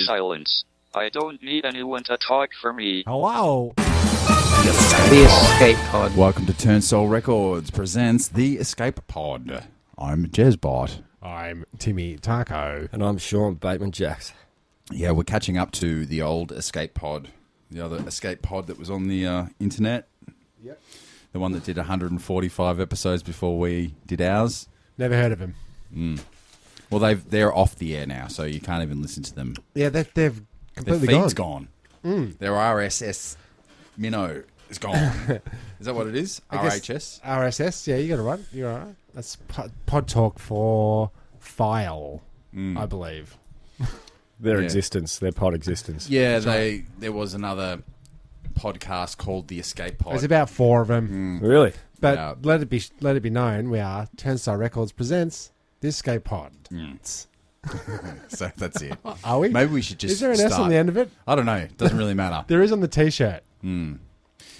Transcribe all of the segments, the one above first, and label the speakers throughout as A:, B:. A: silence. I don't need anyone to talk for me.
B: Hello.
C: The escape pod.
D: Welcome to Turnstile Records presents The Escape Pod. I'm Jezbot.
E: I'm Timmy Taco.
C: And I'm Sean Bateman Jacks.
D: Yeah, we're catching up to the old Escape Pod, the other Escape Pod that was on the uh, internet. Yep. The one that did 145 episodes before we did ours.
E: Never heard of him.
D: Well, they've they're off the air now, so you can't even listen to them.
E: Yeah, they, they've
D: Their
E: completely
D: feed's
E: gone.
D: gone. Hmm. Their RSS minnow is gone. is that what it is?
E: I guess
D: RHS.
E: RSS. Yeah, you got it right. You're all right. That's pod, pod talk for file,
D: Hmm.
E: I believe.
F: Their
D: Yeah.
F: existence, their pod existence.
D: Yeah, they there was another podcast called The Escape Pod.
E: There's about four of them.
F: Really?
E: But
D: Oh, hmm. Yeah.
E: let it be let it be known we are Turnstile Records presents this escape pod.
D: so that's it.
E: Are we?
D: Hmm. Maybe we should just
E: Is there an S
D: start.
E: on the end of it?
D: I don't know. It doesn't really matter.
E: There is on the T-shirt.
D: Hmm.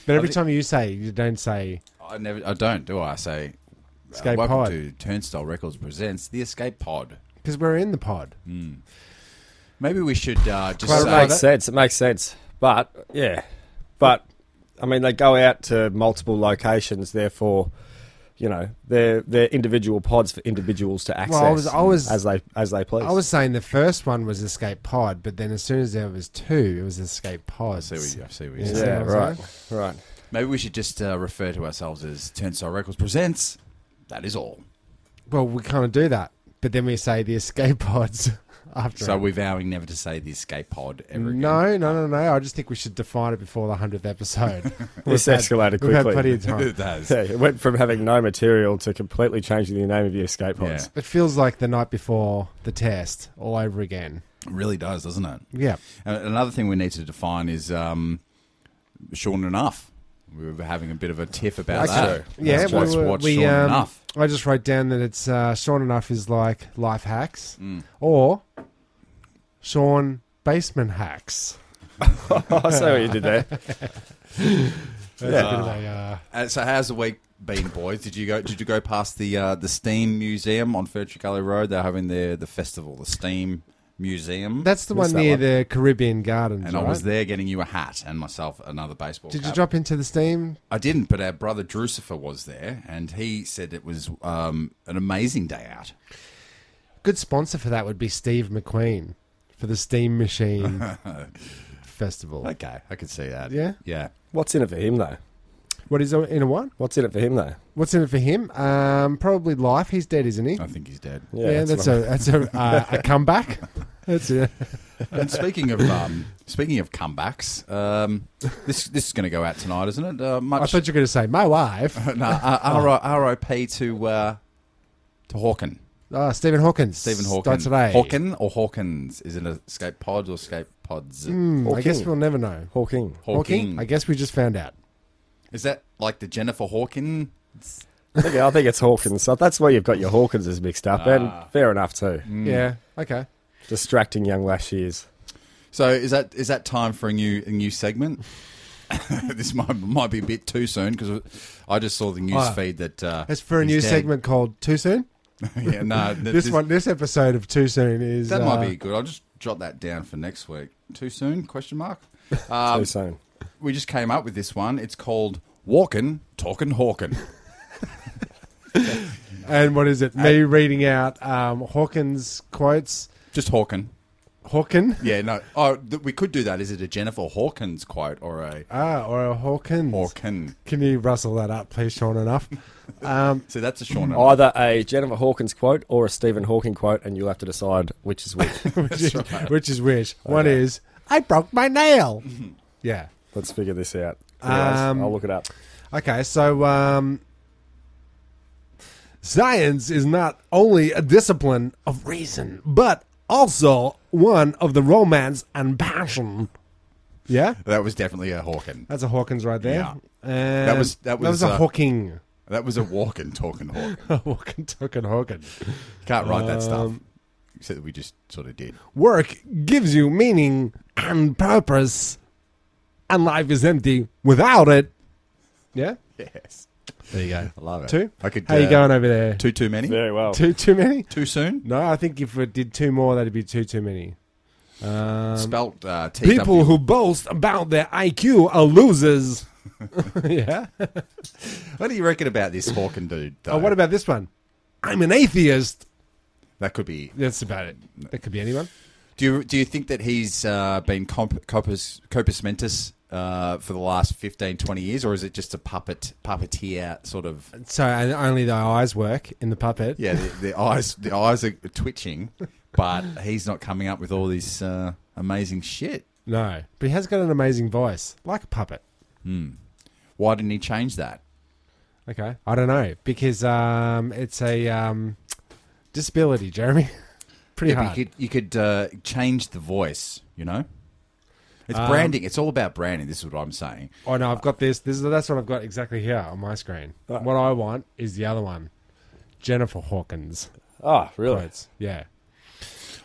E: But every
D: thi-
E: time you say, you don't say
D: I never. I don't. Do I? I say. uh,
E: Escape
D: welcome
E: Pod.
D: to Turnstile Records presents the Escape Pod.
E: because we're in the pod.
D: Maybe we should uh, just
E: Clarify
D: say,
F: it makes sense. It makes sense. But yeah, but I mean, they go out to multiple locations. Therefore, you know, they're they're individual pods for individuals to access.
E: Well, I was- I was-
F: as they as they please.
E: I was saying the first one was escape pod, but then as soon as there was two, it was escape
D: I
E: pod.
D: see what you, I see what you
E: Yeah.
D: say.
F: yeah,
E: I was
F: right, right.
D: Maybe we should just uh, refer to ourselves as Turnstile Records presents. That is all.
E: Well, we kind of do that, but then we say the escape pods after.
D: So
E: it.
D: we're vowing never to say the Escape Pod ever again.
E: No, no, no, no. I just think we should define it before the hundredth episode.
F: This
E: We've had-
F: escalated
E: We've had
F: quickly.
E: plenty of time.
D: it does.
F: Yeah, it went from having no material to completely changing the name of your escape pods.
E: It feels like the night before the test, all over again.
D: It really does, doesn't it?
E: Yeah,
D: And Another thing we need to define is um, short enough. We were having a bit of a tiff about
E: That's
D: that.
E: true. Yeah,
D: That's
E: we
D: what's
E: were-
D: what's
E: we,
D: short
E: um,
D: enough.
E: I just wrote down that it's uh, Sean enough is like life hacks
D: Mm.
E: or Sean basement hacks.
F: I see what you did there.
E: That's a bit of a, uh,
D: Uh, so how's the week been, boys? Did you go? Did you go past the uh, the Steam Museum on Furtrick Alley Road? They're having their the festival, the Steam Museum.
E: that's the one
D: Missed that
E: near the Caribbean Gardens.
D: And I was
E: right?
D: there getting you a hat and myself another baseball.
E: Did you
D: cap.
E: drop into the steam?
D: I didn't, but our brother Drusifer was there, and he said it was um, an amazing day out.
E: Good sponsor for that would be Steve McQueen for the Steam Machine Festival.
D: Okay, I could see that.
E: Yeah?
D: yeah.
F: What's in it for him though?
E: What is in a what?
F: What's in it for him though?
E: What's in it for him? Um, probably life. He's dead, isn't he?
D: I think he's dead.
E: Yeah, that's,
F: what-
E: a that's a, uh, a comeback. That's it.
D: And speaking of um, speaking of comebacks, um, this this is going to go out tonight, isn't it? Uh, much
E: I Oh. thought you were going to say my wife,
D: no, uh, R.I.P. to uh, to Hawken.
E: uh, Stephen Hawkins.
D: Stephen Hawken.
E: died today.
D: Hawken or Hawkins? Is it a escape pod or escape pods?
E: Hmm, I guess
F: Hawking.
E: we'll never know.
F: Hawking.
D: Hawking.
E: I guess we just found out.
D: Is that like the Jennifer Hawken?
F: Okay, I think it's Hawkins. So that's where you've got your Hawkinses mixed up, and fair enough too.
D: Hmm.
E: Yeah. Okay.
F: Distracting young Lashiers.
D: So is that is that time for a new a new segment? this might might be a bit too soon because I just saw the news
E: Ah.
D: feed that uh,
E: That's for a
D: he's
E: new
D: dead.
E: segment called Too Soon.
D: yeah, no, th-
E: This, one, this episode of Too Soon is
D: That might
E: uh,
D: be good. I'll just jot that down for next week. Too soon? Question mark. Um,
F: Too soon.
D: we just came up with this one. It's called Walkin' Talkin' Hawkin.
E: And what is it? Me reading out um, Hawkins quotes.
D: just Hawkin.
E: Hawken.
D: Yeah, no. Oh, th- we could do that. Is it a Jennifer Hawkins quote or a
E: Ah, or a Hawkins.
D: Hawkin?
E: Can you rustle that up, please, Sean? Enough. Um,
D: So that's a Sean. and-
F: Either a Jennifer Hawkins quote or a Stephen Hawking quote, and you'll have to decide which is which.
E: which, is, which is which? One is I broke my nail. yeah.
F: Let's figure this out.
E: Um,
F: I'll look it up.
E: Okay. So um, science is not only a discipline of reason, but also one of the romance and passion. Yeah,
D: That was definitely a Hawkin.
E: that's a Hawkins right there.
D: Yeah.
E: And
D: That was- that was,
E: a
D: uh,
E: Hawking.
D: That was a Walkin' Talkin' Hawkin.
E: Hawking, talking Hawking.
D: Can't write that stuff.
E: Um,
D: Except that we just sort of did.
E: Work gives you meaning and purpose, and life is empty without it. Yeah,
D: Yes.
E: there you go.
D: I love it.
E: Two?
D: I could.
E: How you
D: uh,
E: going over there?
D: Too too many.
F: Very well.
E: Too too many?
D: Too soon.
E: No, I think if we did two more, that'd be too too many. Um,
D: Spelt uh, T
E: people who boast about their IQ are losers. yeah.
D: What do you reckon about this Hawking dude? Though?
E: Oh, what about this one? I'm an atheist.
D: that? Could be.
E: That's about it. That could be anyone.
D: Do you do you think that he's uh, been comp- copus copus mentis uh, for the last 15, 20 years, or is it just a puppet puppeteer sort of?
E: So and only their eyes work in the puppet.
D: Yeah, the, the eyes the eyes are twitching, but he's not coming up with all this uh, amazing shit.
E: No, but he has got an amazing voice, like a puppet.
D: Why didn't he change that?
E: Okay. I don't know because um, it's a um, disability, Jeremy. Pretty
D: Yeah,
E: hard.
D: but You could, you could uh, change the voice, you know? It's
E: Um,
D: branding. It's all about branding. This is what I'm saying.
E: oh no, I've got this. This is that's what I've got exactly here on my screen.
D: Uh.
F: Right.
E: What I want is the other one, Jennifer Hawkins.
F: Oh, really?
E: Quotes. Yeah.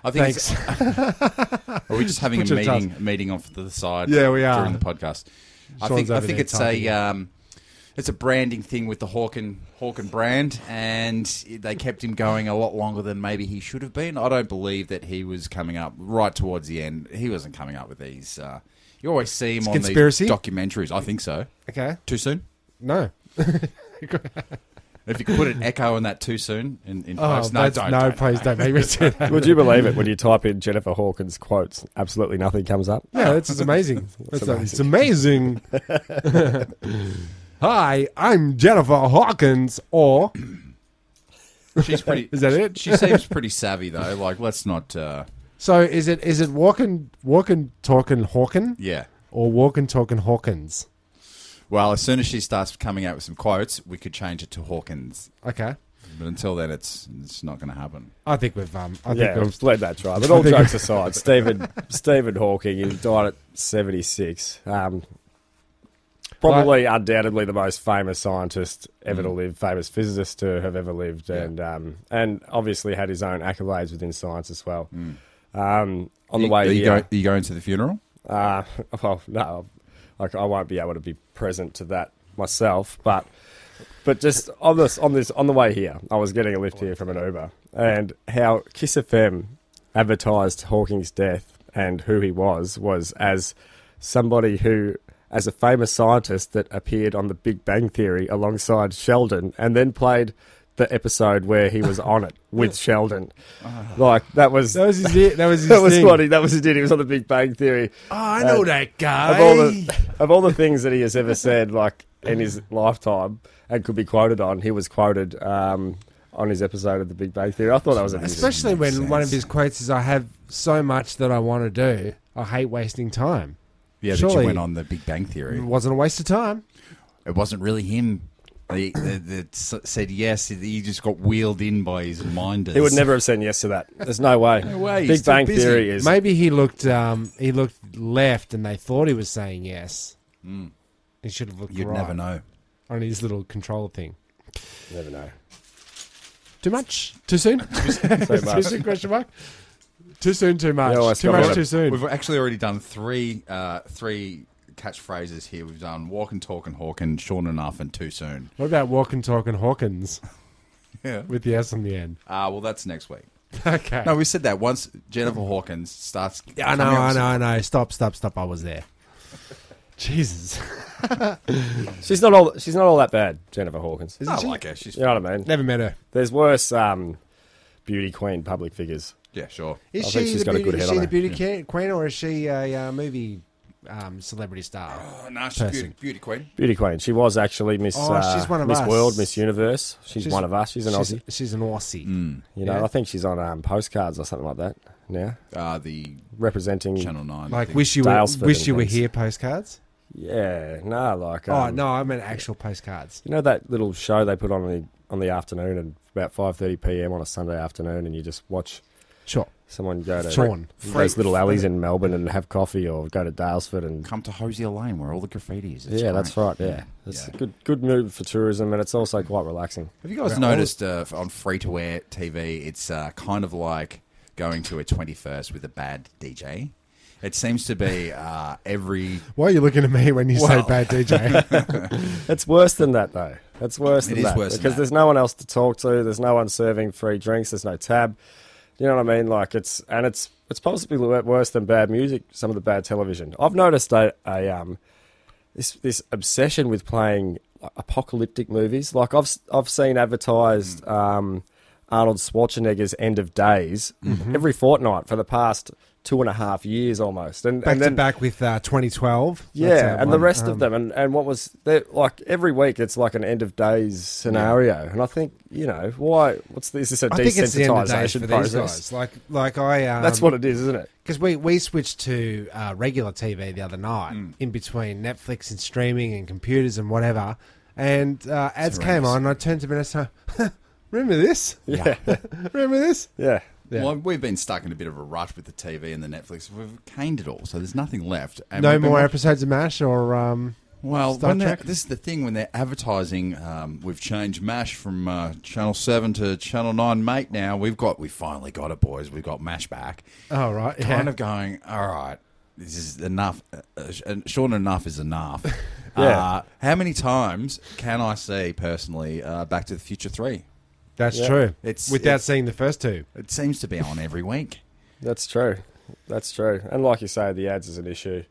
D: I think.
E: Thanks.
D: it's- Are we just having a
E: Put your
D: meeting? A meeting off the side.
E: Yeah, we are.
D: during the podcast. I
E: Sean's
D: think. I
E: over
D: think
E: there
D: it's a.
E: typing.
D: Um, it's a branding thing with the Hawken Hawken brand, and they kept him going a lot longer than maybe he should have been. I don't believe that he was coming up right towards the end. He wasn't coming up with these. Uh, you always see him on
E: conspiracy?
D: these documentaries. I think so.
E: Okay.
D: Too soon.
E: No.
D: If you could put an echo on that too soon in, in
E: Oh,
D: post, no,
E: that's-
D: don't,
E: no,
D: don't.
E: please don't make me say that.
F: Would you believe it when you type in Jennifer Hawkins quotes? Absolutely nothing comes up.
E: Yeah, that's it's amazing. That's a- it's amazing. Hi, I'm Jennifer Hawkins. Or
D: She's pretty.
E: Is that it?
D: She seems pretty savvy though. Like, let's not. Uh,
E: so is it? Is it walking, walking, talking, Hawkin,
D: yeah.
E: or walking, talking Hawkins?
D: Well, as soon as she starts coming out with some quotes, we could change it to Hawkins.
E: Okay,
D: But until then, it's it's not going to happen.
E: I think we've um, I
F: yeah,
E: think we've,
F: let's let that try. But
E: I
F: all
E: think-
F: jokes aside, Stephen Stephen Hawking, he died at seventy six. Um, probably, undoubtedly, the most famous scientist ever
D: Mm.
F: to live, famous physicist to have ever lived, and um, and obviously had his own accolades within science as well. Um, on the
D: You-
F: way
D: Mm. are you,
F: here,
D: go- are you going to the funeral?
F: uh, well, no, like I won't be able to be present to that myself, but but just on this on this on the way here, I was getting a lift here from an Uber, and how Kiss FM advertised Hawking's death and who he was was as somebody who. As a famous scientist that appeared on The Big Bang Theory alongside Sheldon, and then played the episode where he was on it with Sheldon, like that was
E: Ah. that was his. That was his.
F: that was
E: thing. Oh,
F: what he that was his did. He was on The Big Bang Theory.
E: I
F: know Uh,
E: that
F: Of
E: guy.
F: all the of all the things that he has ever said, like in his lifetime, and could be quoted on, he was quoted um, on his episode of The Big Bang Theory. I thought that was amazing.
E: Especially when
D: Makes
E: one of
D: sense.
E: his quotes is, "I have so much that I want to do. I hate wasting time."
D: Yeah, but
E: Surely-
D: you went on the Big Bang Theory.
E: It wasn't a waste of time.
D: It wasn't really him. He- That that s- said yes. He just got wheeled in by his minders.
F: He would never have said yes to that. There's no way. No
D: way, he's
F: Big
D: still
F: Bang
D: busy.
F: Theory is
E: Maybe he looked um, he looked left and they thought he was saying yes.
F: Hmm.
E: He should have looked
D: You'd
E: right
D: never know.
E: on his little controller thing.
F: never know.
E: Too much? Too soon?
F: So
E: too
F: much.
E: soon question mark? Too soon, too much.
F: Yeah, well, it's
E: too
F: got
E: much,
F: rid of-
E: too soon.
D: We've actually already done three uh, three catchphrases here. We've done walk and talk and hawk and short enough and too soon.
E: What about walking, talking Hawkins
D: Yeah.
E: with the S on the end?
D: Uh, well, that's next week.
E: Okay.
D: No, we said that once. Jennifer Hawkins starts.
E: Yeah, I know,
D: coming up
E: I
D: with-
E: know, I know. Stop, stop, stop. I was there. Jesus.
F: She's not all she's not all that bad, Jennifer Hawkins.
D: I
E: Isn't she?
D: like her. She's
F: You know what I mean?
E: Never met her.
F: There's worse um, beauty queen public figures.
D: yeah, sure.
E: Is
F: I
E: she
F: think she's
E: the
F: got a
E: beauty,
F: good
E: is
F: head
E: she
F: on
E: the
F: her.
E: beauty ca- queen or is she a uh, movie um, celebrity star?
D: Oh, no, she's beauty,
E: Person.
D: beauty queen.
F: Beauty queen. She was actually Miss.
E: Oh,
F: uh,
E: she's one of
F: Miss
E: us.
F: World, Miss Universe. She's,
E: She's-
F: one of us. She's an
E: she's,
F: Aussie. Mm.
E: she's an Aussie.
F: You know,
E: yeah.
F: I think she's on um, postcards or something like that. Now
D: Uh, the
F: representing.
D: Channel Nine.
E: Like
D: thing.
E: wish you were,
F: Dalesford
E: wish
F: and
E: you were
F: things.
E: here postcards.
F: Yeah, no, like.
E: oh
F: um,
E: no, I meant actual postcards.
F: You know that little show they put on the on the afternoon and about five thirty p.m. on a Sunday afternoon, and you just watch
E: Sure.
F: someone go to
E: Sean.
F: those little alleys in Melbourne and have coffee, or go to Dalesford and.
D: come to Hosier Lane where all the graffiti is. It's
F: yeah, that's
D: great.
F: right. Yeah, it's
D: Yeah.
F: a good good move for tourism, and it's also quite relaxing.
D: Have you guys noticed uh, f- on free to air TV, it's uh, kind of like going to a 21st with a bad DJ? It seems to be uh, every.
E: Why are you looking at me when you
D: Well-
E: say bad DJ?
F: It's worse than that, though. It's worse
D: It
F: than
D: is
F: that
D: worse than
F: because
D: that.
F: there's no one else to talk to. There's no one serving free drinks. There's no tab. You know what I mean? Like it's and it's it's possibly wo- worse than bad music. Some of the bad television. I've noticed a, a um, this this obsession with playing like, apocalyptic movies. Like I've s- I've seen
D: Mm.
F: advertised um, Arnold Schwarzenegger's End of Days
D: Mm-hmm.
F: every fortnight for the past two and a half years almost, and
E: Back
F: and then
E: to back with uh, 2012. That's
F: yeah,
E: our
F: and the
E: one.
F: rest
E: Um,
F: of them, and, and what was they're- like every week, it's like an end of days scenario, and I think you know why? What's this? Is this a
E: I
F: desensitization
E: think it's the end of days for these
F: process?
E: guys. Like, like I. Um,
F: That's what it is, isn't it?
E: Because we, we switched to uh, regular TV the other night
D: Mm.
E: in between Netflix and streaming and computers and whatever. And uh, ads came on, and I turned to Vanessa, remember this?
F: Yeah, yeah.
E: Remember this? Yeah.
D: Well, we've been stuck in a bit of a rush with the TV and the Netflix. We've caned it all, so there's nothing left. And
E: no
D: we've been
E: more
D: watching-
E: episodes of MASH or. Um,
D: Well,
E: Star
D: when they're-
E: Trek?
D: this is the thing when they're advertising. Um, we've changed Mash from uh, Channel Seven to Channel Nine, mate. Now we've got we finally got it, boys. We've got Mash back.
E: oh, right. Yeah.
D: Kind of going, all right. This is enough. Uh, uh, sh- and short enough is enough.
F: Yeah.
D: Uh, how many times can I see personally uh, Back to the Future Three?
E: That's
F: Yeah.
E: true.
D: It's-
E: Without
D: it's-
E: seeing the first two.
D: It seems to be on every week.
F: That's true. That's true. And like you say, the ads is an issue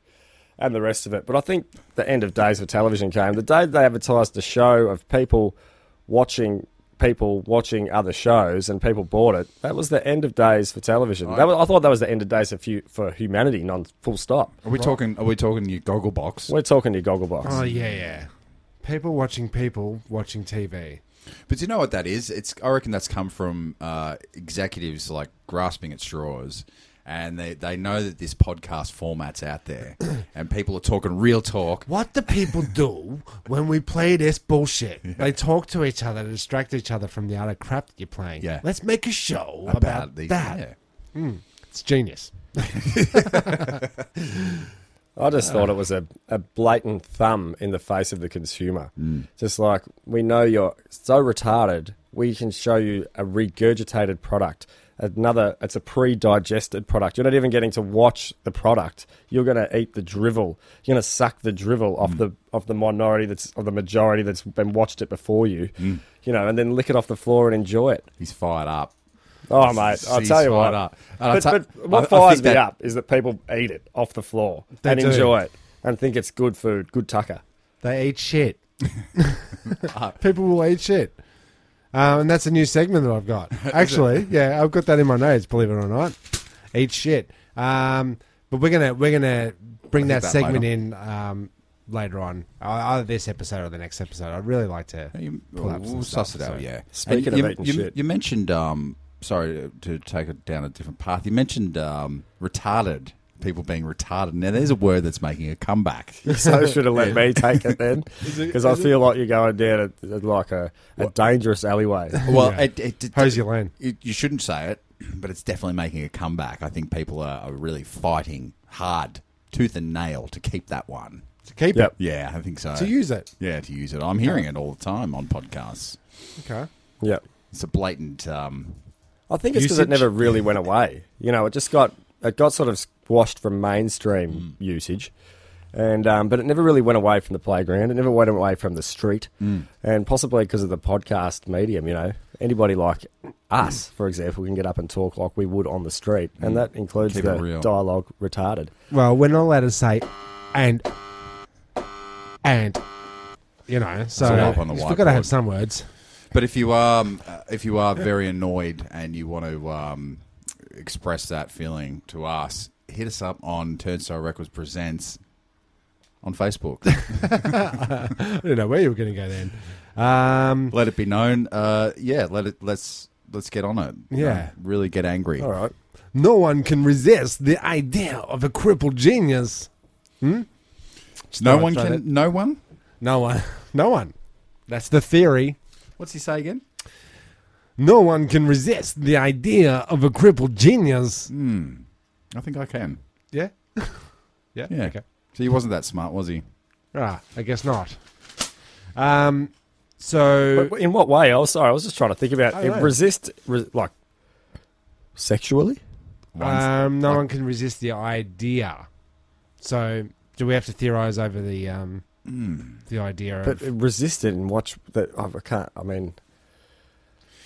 F: and the rest of it. But I think the end of days for television came. The day they advertised a show of people watching people watching other shows and people bought it, that was the end of days for television. That was, I thought that was the end of days for, fu- for humanity, non full stop.
D: Are we talking? Are we talking your goggle box?
F: We're talking to Gogglebox.
E: Oh, yeah, yeah. People watching people watching TV.
D: But do you know what that is? It's I reckon that's come from uh, executives like grasping at straws, and they, they know that this podcast format's out there, and people are talking real talk.
E: What do people do when we play this bullshit? They talk to each other to distract each other from the other crap that you're playing.
D: Yeah.
E: Let's make a show about, that.
D: yeah.
E: It's genius.
F: I just thought it was a, a blatant thumb in the face of the consumer. Just like, we know you're so retarded, we can show you a regurgitated product. Another, it's a pre digested product. You're not even getting to watch the product. You're going to eat the drivel. You're going to suck the drivel off the off the minority that's, or the majority that's been watched it before you, you know, and then lick it off the floor and enjoy it.
D: He's fired up.
F: Oh, mate, I'll
D: He's
F: tell you
D: fired
F: what.
D: up. And I'll
F: But,
D: ta-
F: but what
D: I- I
F: fires
D: think
F: me
D: that-
F: up is that people eat it off the floor
E: They
F: and
E: do.
F: enjoy it and think it's good food, good tucker.
E: They eat shit.
D: Uh,
E: People will eat shit. Um, and that's a new segment that I've got. Actually, yeah, I've got that in my notes, believe it or not. Eat shit. Um, but we're gonna we're gonna bring
D: I
E: that,
D: think that
E: segment
D: later.
E: in um, later on, uh, either this episode or the next episode. I'd really like to.
D: You,
E: Pull
D: we'll
E: up some stuff,
D: suss it
E: so.
D: out, yeah.
F: Speaking
D: And
F: of
D: you,
F: eating
D: you,
F: shit.
D: you mentioned. Um, sorry to take it down a different path. You mentioned um, retarded people being retarded. Now there's a word that's making a comeback.
F: So should have let me take it then, because I feel like you're going down a, like a, a dangerous alleyway.
D: Well, it, it, it,
E: How's your lane?
D: it, you shouldn't say it, but it's definitely making a comeback. I think people are, are really fighting hard, tooth and nail, to keep that one.
E: To keep
F: Yep.
D: Yeah, I think so.
E: it, to use it.
D: yeah, to use it. I'm hearing it all the time on podcasts.
E: Okay.
F: Yeah,
D: It's a blatant. Um,
F: I think it's because it
E: Usage?
F: never really went away. You know, it just got it got sort of squashed from mainstream
D: Mm.
F: usage, and um, but it never really went away from the playground. It never went away from the street,
D: Mm.
F: and possibly because of the podcast medium. You know, anybody like
D: Mm.
F: us, for example, can get up and talk like we would on the street, and that includes
D: Keep it
F: the
D: real.
F: dialogue retarded.
E: Well, we're not allowed to say and and you know, so
D: all up on the
E: you've got to
D: whiteboard.
E: have some words.
D: but if you um, uh, if you are very annoyed and you want to um, express that feeling to us, hit us up on Turnstile Records Presents on Facebook.
E: I don't know where you were going to go then. Um,
D: let it be known. Uh, yeah, let it. Let's let's get on it.
E: Yeah.
D: Uh, really get angry.
F: All right.
G: No one can resist the idea of a crippled genius.
D: No
E: Just
D: one
E: thought I'd
D: can.
E: try
D: No one.
E: No one. No one. That's the theory.
D: What's he say again?
G: No one can resist the idea of a crippled genius.
D: Hmm. I think I can.
E: Yeah.
D: Yeah. So he wasn't that smart, was he?
E: Right. I guess not. Um. So
F: But in what way? I was sorry. I was just trying to think about
D: Oh,
E: I
F: it.
E: don't know.
F: Resist, re, like sexually.
E: um, no one can resist the idea. So do we have to theorize over the um
F: Hmm.
E: the idea of
F: But resist it and watch that. I can't. I mean,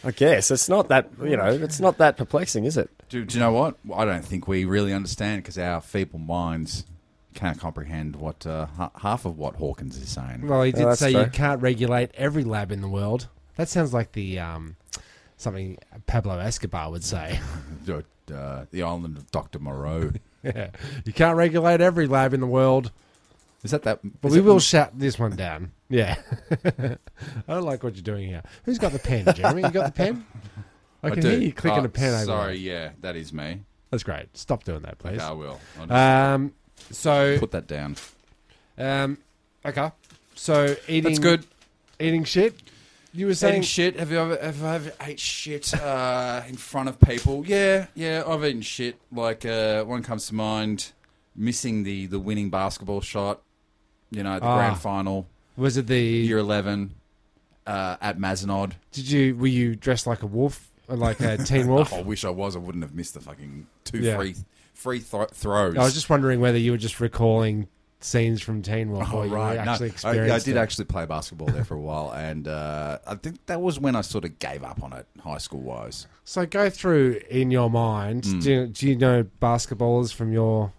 F: I guess it's not that you know it's not that perplexing, is it?
D: Do, do you know what? I don't think we really understand because our feeble minds can't comprehend what uh, ha- half of what Hawkins is saying.
E: Well, he did
F: that's
E: say
F: fair.
E: you can't regulate every lab in the world. That sounds like the um, something Pablo Escobar would say.
D: Uh, the island of Doctor Moreau.
E: Yeah. You can't regulate every lab in the world,
D: Is that that?
E: but
D: is
E: we
D: that-
E: will shut this one down. Yeah. I don't like what you're doing here. Who's got the pen, Jeremy? You got the pen? I
D: I
E: can
D: do.
E: hear you clicking
D: Oh,
E: a pen over.
D: Sorry,
E: there.
D: yeah, that is me.
E: That's great. Stop doing that, please.
D: Okay, I will. I'll just
E: Um, so,
D: put that down.
E: um, okay. So eating
D: That's good.
E: Eating shit. You were
D: Eating
E: saying
D: shit. Have you ever have I ever ate shit uh, in front of people? Yeah, yeah. I've eaten shit. Like uh, one comes to mind, missing the the winning basketball shot. You know, at the
E: Ah.
D: grand final,
E: was it the
D: year eleven, uh, at Mazenod.
E: Did you were you dressed like a wolf, Or like a teen wolf?
D: Oh, I wish I was. I wouldn't have missed the fucking two
E: Yeah.
D: free free thro- throws.
E: I was just wondering whether you were just recalling scenes from Teen Wolf,
D: Oh,
E: or you
D: right.
E: were
D: No,
E: actually
D: I, yeah,
E: experienced.
D: I did
E: it.
D: actually play basketball there for a while, and uh, I think that was when I sort of gave up on it, high school wise.
E: So go through in your mind.
D: Hmm.
E: Do, you, do you know basketballers from your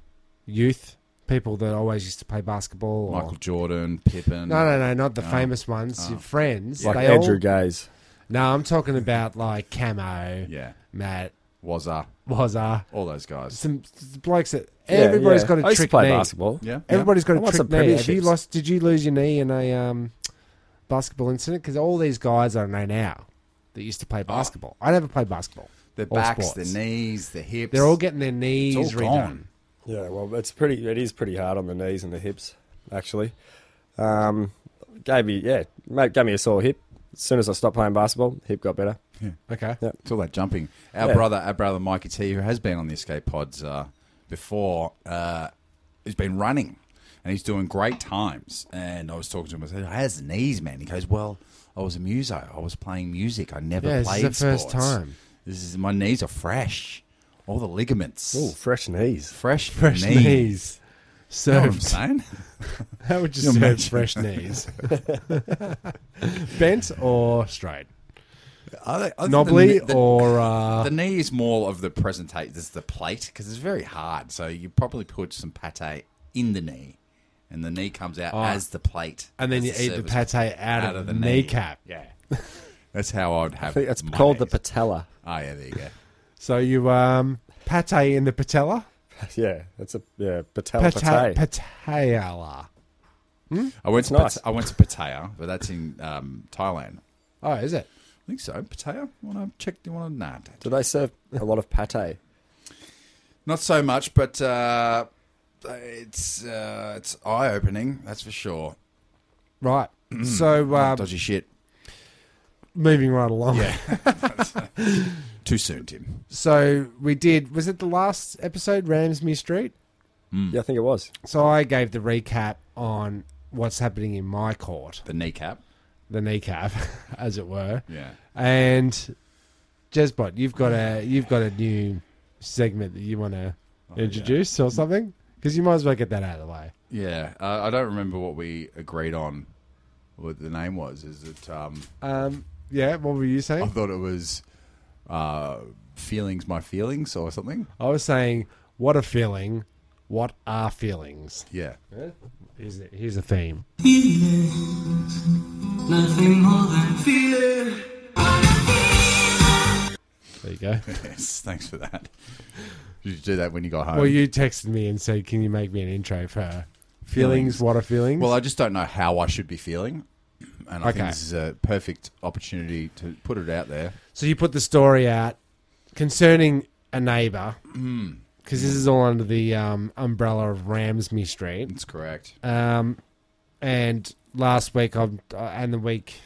E: youth? People that always used to play basketball. Or...
D: Michael Jordan, Oh. Pippen.
E: No, no, no, not the famous ones. Your friends.
F: Like
E: they
F: Andrew
E: all...
F: Gaze.
E: No, I'm talking about like Camo,
D: Yeah,
E: Matt,
D: Wazza,
E: Wazza,
D: all those guys.
E: some some blokes that
F: Yeah,
E: everybody's
F: yeah.
E: got a
F: I used to
E: trick
F: play
E: knee.
F: basketball.
D: Yeah,
E: Everybody's got
F: I
E: a
F: want
E: trick
F: some
E: knee. Have you
F: premierships.
E: lost? Did you lose your knee in a um, basketball incident? Because all these guys I know now that used to play basketball. I never played basketball.
D: The
E: All
D: Oh. backs,
E: sports.
D: the knees, the hips.
E: They're all getting their knees
D: all
E: redone.
D: gone.
F: Yeah, well, it's pretty. It is pretty hard on the knees and the hips, actually. Um, gave me yeah, mate, gave me a sore hip. As soon as I stopped playing basketball, hip got better.
E: Okay.
F: Yeah.
D: It's all that jumping. Our
F: Yeah.
D: brother, our brother Mikey T, who has been on the escape pods uh, before, uh, he's been running and he's doing great times. And I was talking to him. I said, "How's the knees, man?" He goes, "Well, I was a muso. I was playing music. I never
E: Yeah, this is
D: played
E: the first
D: sports.
E: time.
D: This is my knees are fresh. All the ligaments,
F: Ooh, fresh knees.
D: fresh,
E: Fresh
D: knees.
E: knees.
D: You know what I'm
E: Served.
D: saying?
E: How would you,
D: You
E: serve
D: imagine?
E: fresh knees? Bent or straight?
D: I think- I think
E: Knobbly
D: the- the-
E: or uh,
D: The knee is more of the presentation. This is the plate because it's very hard. So you probably put some pate in the knee, and the knee comes out as the plate.
E: Oh. and then
D: as
E: you eat the
D: surface.
E: pate out,
D: out
E: of
D: of
E: the
D: the knee.
E: kneecap.
D: Yeah, that's how I'd have.
F: I think that's
D: my
F: called the
D: knees.
F: patella.
D: Oh yeah, there you go.
E: So you um pate in the patella?
F: Yeah, that's a yeah patella
E: Pate
F: Oh, pate.
E: patella.
D: I went to
F: nice.
D: Pat- I went to Pattaya, but that's in um, Thailand.
E: Oh, is it?
D: I think so. Pattaya. Want to check? Do you want to? Nah, don't-
F: Do they serve a lot of pate?
D: not so much, but uh, it's uh, it's eye opening. That's for sure.
E: Right. So uh,
D: Dodgy shit.
E: moving right along.
D: Too soon, Tim.
E: So we did. Was it the last episode, Ramsmy Street?
F: Yeah, I think it was.
E: So I gave the recap on what's happening in my court,
D: The kneecap.
E: the kneecap, as it were.
D: Yeah.
E: And Jezbot, you've got a you've got a new segment that you want to introduce or something, because you might as well get that out of the way.
D: Yeah, uh, I don't remember what we agreed on. What the name was? Is it? Um,
E: Um, yeah. What were you
D: I
E: saying?
D: thought it was uh, feelings, my feelings, or something.
E: I was saying, what a feeling. What are feelings?
D: Yeah,
E: Here's a, here's a theme.
H: Nothing more than fear.
E: There you go.
D: yes, thanks for that. Did you do that when you got home?
E: Well, you texted me and said, "Can you make me an intro for feelings? What are feelings?"
D: Well, I just don't know how I should be feeling, and I
E: Okay.
D: think this is a perfect opportunity to put it out there.
E: so you put the story out concerning a neighbour, because this is all under the um, umbrella of Ramsmy Street.
D: It's correct.
E: Um, and last week, I'm, uh, and the week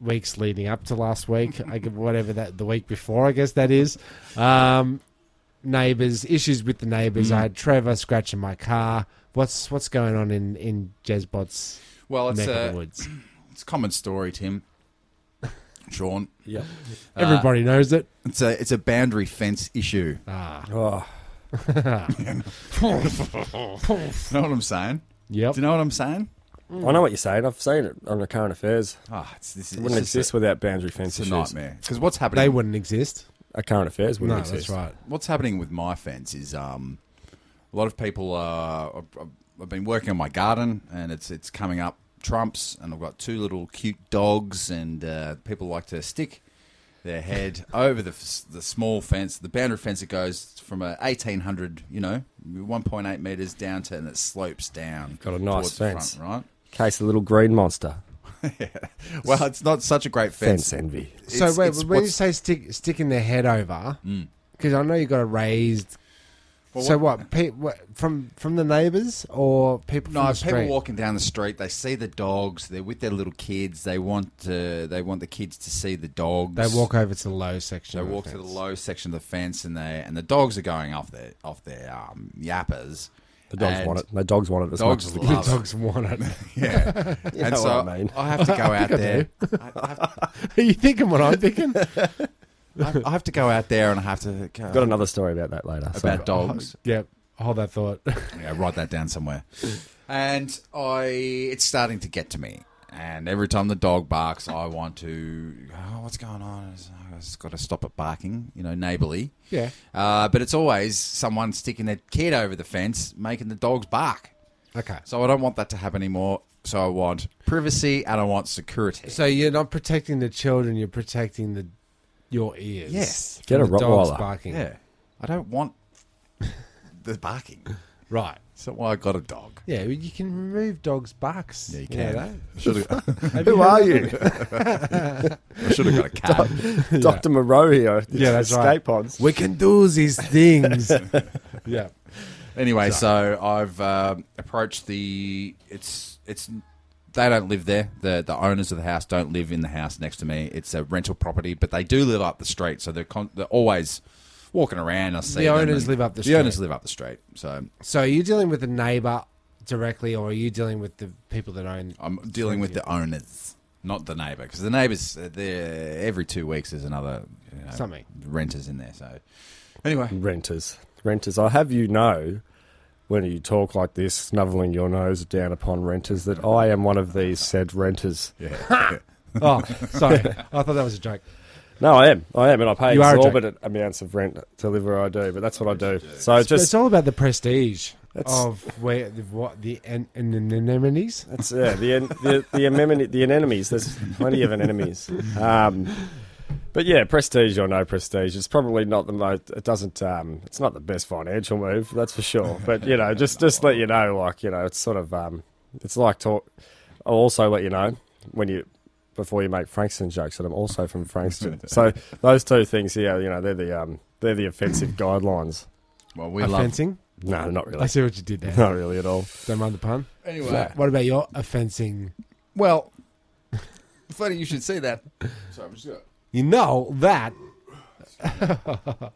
E: weeks leading up to last week, I gu- whatever that the week before, I guess that is. Um, neighbours issues with the
F: Mm.
E: neighbours. I had Trevor scratching my car. What's what's going on in in Jezbot's
D: Well, it's
E: neck of
D: a
E: the woods?
D: it's a common story, Tim. Sean,
F: Yeah.
E: Everybody knows it.
D: it's a it's a boundary fence issue.
E: Ah.
F: Oh,
D: know what I'm saying?
E: Yep.
D: Do you know what I'm saying?
F: I know what you're saying. I've seen it on the current affairs.
D: Ah, it's, this is
F: It wouldn't
D: it's just
F: exist without boundary
D: a-
F: fence
D: It's a
F: issues.
D: nightmare because what's happening?
E: They wouldn't exist.
F: A current affairs wouldn't
E: No,
F: exist.
E: that's right.
D: what's happening with my fence is um, a lot of people uh, I've- I've been working on my garden and it's it's coming up trumps and I've got two little cute dogs and uh, people like to stick their head over the f- the small fence, the boundary fence that goes from a eighteen hundred, you know, one point eight meters down to and it slopes down.
F: Got a nice
D: towards the
F: fence.
D: front,
F: Case the little green monster.
D: right? Well, it's not such a great fence.
F: Fence envy.
D: It's-
E: so wait,
D: it's
E: when you
D: what's- Mm.
E: say stick, sticking their head over, because I know you got a raised. so what, pe- what? From from the neighbours or people?
D: No,
E: from the
D: people
E: street?
D: walking down the street, they see the dogs. They're with their little kids. They want uh, they want the kids to see the dogs.
E: They walk over to the low section.
D: They
E: of
D: walk to
E: fence.
D: the low section of the fence, and they and the dogs are going off their off their um, yappers.
F: The dogs
D: And
F: want it. The dogs want it as
D: Dogs
F: much as the
D: love
F: kids.
D: it.
E: Dogs want it.
D: Yeah,
F: You
D: and
F: know
D: so
F: what I mean.
D: have to go out there. I, I have,
E: Are you thinking what I'm thinking?
D: I- I have to go out there, and I have to go,
F: Got another story about that later. so-
D: about dogs.
E: yep. Hold that thought.
D: Yeah, write that down somewhere. And I, it's starting to get to me. And every time the dog barks, I want to. Oh, what's going on? I just got to stop it barking. You know, neighbourly.
E: Yeah.
D: Uh, but it's always someone sticking their kid over the fence, making the dogs bark.
E: Okay.
D: So I don't want that to happen anymore. So I want privacy and I want security.
E: So you're not protecting the children. You're protecting the your ears.
D: Yes.
F: Get
E: From
F: a
E: the dogs
F: Rottweiler.
E: barking.
D: yeah, I don't want the barking.
E: Right.
D: So why I got a dog.
E: Yeah. well, You can remove dogs' barks.
D: Yeah, you
E: know
D: can.
E: that?
F: Who are you?
D: I should have got a cat.
F: Dr. Moreau here.
E: Yeah, that's
F: Escape
E: right.
F: pods.
E: We can do these things. yeah.
D: Anyway, so I've uh, approached the. It's it's. They don't live there. the The owners of the house don't live in the house next to me. It's a rental property, but they do live up the street. So they're con- they're always walking around. I see
E: The
D: them
E: owners
D: and-
E: live up the
D: The owners
E: street.
D: live up the street. So
E: So are you dealing with the neighbor directly, or are you dealing with the people that own?
D: I'm dealing with the owners, not the neighbour, because the neighbours uh, they're every two weeks there's another you know,
E: Something.
D: renters in there. So anyway,
F: Renters. Renters. I'll have you know when you talk like this, snuffling your nose down upon renters, that I am one of these said renters.
D: yeah.
E: Oh, sorry. I thought that was a joke.
F: No, I am. I am, and I pay
E: You are a joke.
F: exorbitant amounts of rent to live where I do, but that's what I do. So
E: But it's
F: just
E: all about the prestige
F: That's-
E: of where the, what the an- an- anemones.
F: That's yeah. The en- the the, anemone, the anemones. There's plenty of anemones. Um, but yeah, prestige or no prestige, it's probably not the most. It doesn't. Um, it's not the best financial move, that's for sure. But you know, just just let you know, like you know, it's sort of. Um, it's like talk. I'll also let you know when you before you make Frankston jokes that I'm also from Frankston. so those two things here, you know, they're the um, they're the offensive guidelines.
D: well we love
E: Offensing.
F: No, not
E: I
F: really.
E: see what you did there.
F: Not really at all.
E: Don't mind the pun.
D: anyway.
E: What about your offensing?
D: Well, funny you should say that. Sorry, I'm just gonna.
E: You know that.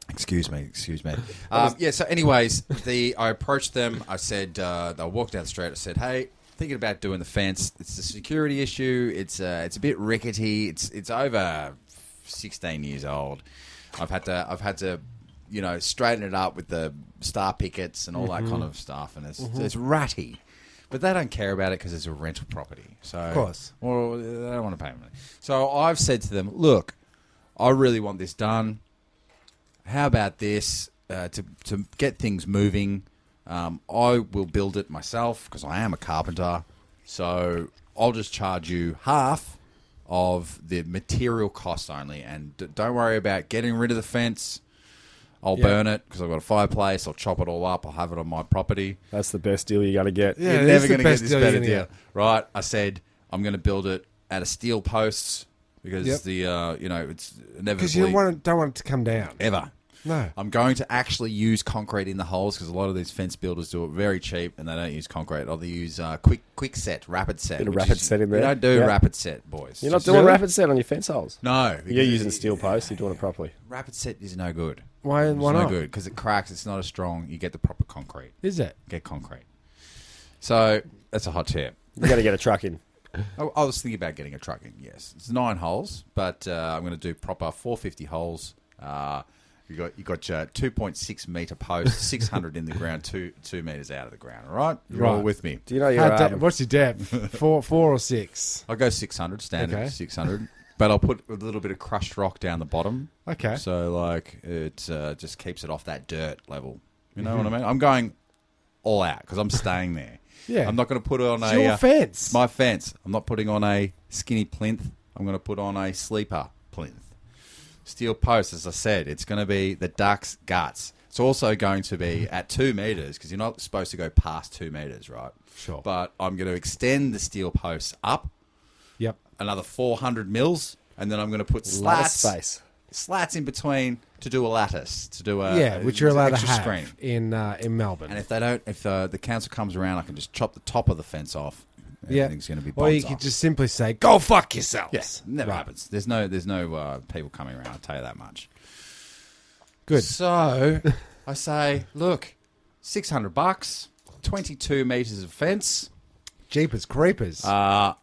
D: Excuse me, excuse me. Um, yeah. So, anyways, the I approached them. I said uh, I walked down the street. I said, "Hey, thinking about doing the fence. It's a security issue. It's uh, it's a bit rickety. It's it's over sixteen years old. I've had to I've had to you know straighten it up with the star pickets and all that kind of stuff, and it's it's ratty." But they don't care about it because it's a rental property. So, of
E: course.
D: well, they don't want to pay money. So I've said to them, "Look, I really want this done. How about this uh, to to get things moving? Um, I will build it myself because I am a carpenter. So I'll just charge you half of the material cost only, and d- don't worry about getting rid of the fence. I'll burn it because I've got a fireplace. I'll chop it all up. I'll have it on my property.
F: That's the best deal you're gonna get.
E: Yeah,
D: You're
E: it is
D: never
E: the
D: going to get
E: best
D: this
E: deal you're
D: better
E: gonna
D: deal,
E: get.
D: right? I said I'm going to build it out of steel posts because
E: Yep.
D: the uh, you know it's
E: Because
D: inevitably
E: you don't want, it, don't want it to come down.
D: ever.
E: No.
D: I'm going to actually use concrete in the holes because a lot of these fence builders do it very cheap and they don't use concrete. Or they use uh, quick quick set, rapid set.
F: Bit of
D: which
F: rapid set in there.
D: You don't do
F: Yeah.
D: rapid set, boys.
F: You're not
D: Just-
F: doing rapid set on your fence holes.
D: No,
F: You're
D: because
F: using steel posts. You're doing it properly.
D: Rapid set is no good.
E: Why?
D: It's
E: Why
D: no
E: not?
D: good because it cracks. It's not as strong. You get the proper concrete.
E: Is it?
D: Get concrete. So that's a hot tip.
F: You got to get a truck in.
D: I, I was thinking about getting a truck in. Yes, it's nine holes, but uh, I'm going to do proper 450 holes. Uh, You got you got your two point six meter post, six hundred in the ground, two two meters out of the ground. All right, Oh, you're all
E: Right.
D: with me.
F: Do you know
E: How
F: your
E: da-
F: um,
E: what's your depth? Four, four or six?
D: I'll go six hundred standard,
E: Okay.
D: six hundred. But I'll put a little bit of crushed rock down the bottom,
E: Okay.
D: so like it uh, just keeps it off that dirt level. You
E: Mm-hmm.
D: know what I mean? I'm going all out because I'm staying there.
E: Yeah.
D: I'm not going to put on
E: It's
D: a
E: your
D: uh,
E: fence.
D: My fence. I'm not putting on a skinny plinth. I'm going to put on a sleeper plinth. Steel post, as I said, it's going to be the duck's guts. It's also going to be at two meters because you're not supposed to go past two meters, right?
E: Sure.
D: But I'm going to extend the steel posts up
E: yep.
D: another 400 mils, and then I'm going to put
F: lot of
D: slats
F: space?
D: slats in between to do a lattice, to do a
E: yeah,
D: a-
E: which you're allowed to
D: Uh, extra
E: have
D: screen.
E: in uh, in Melbourne.
D: And if they don't, if uh, the council comes around, I can just chop the top of the fence off.
E: yeah,
D: Everything's going to be.
E: Or you
D: bonsai.
E: could just simply say, "Go fuck yourselves."
D: Yes, never
E: Right.
D: happens. There's no there's no uh, people coming around. I'll tell you that much.
E: Good.
D: So I say, look, six hundred bucks, twenty two meters of fence.
E: Jeepers creepers.
D: Uh,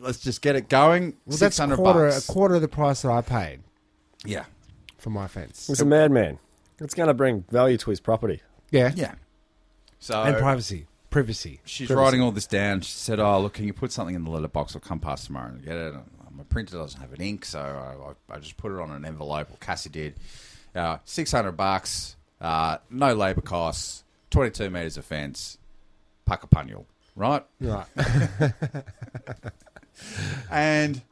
D: let's just get it going.
E: well,
D: six
E: that's
D: hundred
E: quarter
D: bucks.
E: a quarter of the price that I paid
D: yeah,
E: for my fence.
F: He's a madman. It's going to bring value to his property.
E: Yeah,
D: yeah. So
E: and privacy, privacy.
D: she's
E: privacy.
D: writing all this down. She said, "Oh, look, can you put something in the letterbox? I'll come past tomorrow and get it." My printer doesn't have an ink, so I, I, I just put it on an envelope. Or Cassie did. Uh, Six hundred bucks, uh, no labour costs, twenty-two meters of fence, pucker punyal, right?
E: Right.
D: And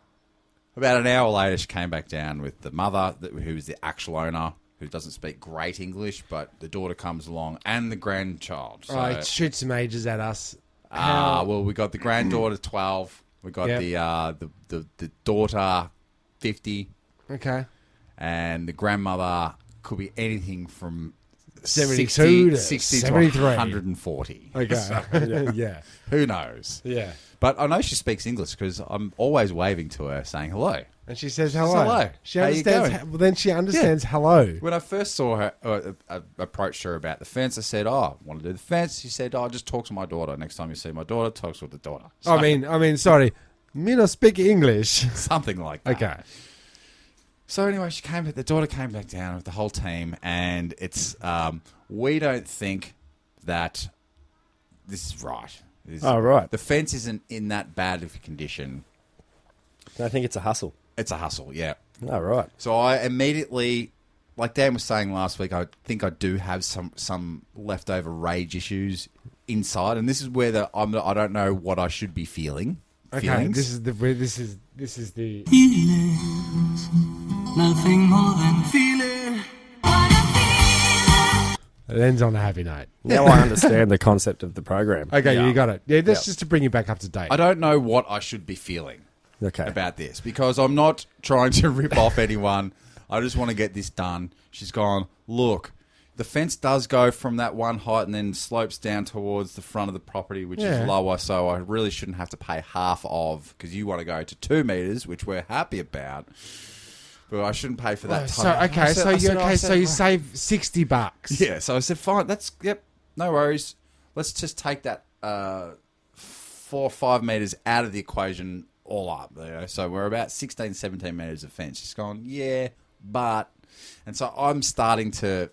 D: about an hour later, she came back down with the mother, that, who is the actual owner, who doesn't speak great English, but the daughter comes along and the grandchild. So,
E: Oh, it shoots some ages at us.
D: Ah, well, we got the granddaughter twelve. We got
E: Yep.
D: the, uh, the the the daughter fifty,
E: Okay.
D: and the grandmother could be anything from
E: 72
D: 60
E: to
D: 60
E: 73.
D: to one hundred and forty.
E: Okay. yeah. yeah.
D: Who knows? But I know she speaks English because I'm always waving to her, saying hello.
E: And she says hello.
D: hello.
E: She
D: How you
E: understands.
D: going?
E: well, then she understands hello.
D: When I first saw her, uh, uh, approached her about the fence, I said, "Oh, want to do the fence?" She said, "Oh, just talk to my daughter. Next time you see my daughter, talk to the daughter."
E: I mean, I mean, sorry, me not speak English.
D: something like that.
E: Okay.
D: So anyway, she came. The daughter came back down with the whole team, and it's um, we don't think that this is right. This-
F: Oh, right.
D: The fence isn't in that bad of a condition.
F: I think it's a hustle.
D: It's a hustle, yeah.
F: All right.
D: So I immediately, like Dan was saying last week, I think I do have some some leftover rage issues inside, and this is where the I'm I don't know what I should be feeling.
E: Okay.
D: Feelings.
E: This is the. where This is. This is the.
H: Feelings, nothing more than feeling.
E: It ends on a happy note.
F: Now I understand the concept of the program.
E: Okay,
D: Yeah.
E: you got it. Yeah, that's just to bring you back up to date.
D: I don't know what I should be feeling.
F: Okay.
D: about this because I'm not trying to rip off anyone. I just want to get this done. She's gone, look, the fence does go from that one height and then slopes down towards the front of the property, which
E: Yeah.
D: is lower. So I really shouldn't have to pay half of because you want to go to two meters, which we're happy about. But I shouldn't pay for that.
E: Oh, so
D: time.
E: okay,
D: I said-
E: so
D: I
E: you
D: said- I
E: okay?
D: said,
E: so you
D: "Right."
E: save sixty bucks.
D: Yeah, so I said, fine, that's, yep, no worries. Let's just take that uh, four or five metres out of the equation all up. You know? So we're about 16, 17 metres of fence. She's gone, yeah, but. And so I'm starting to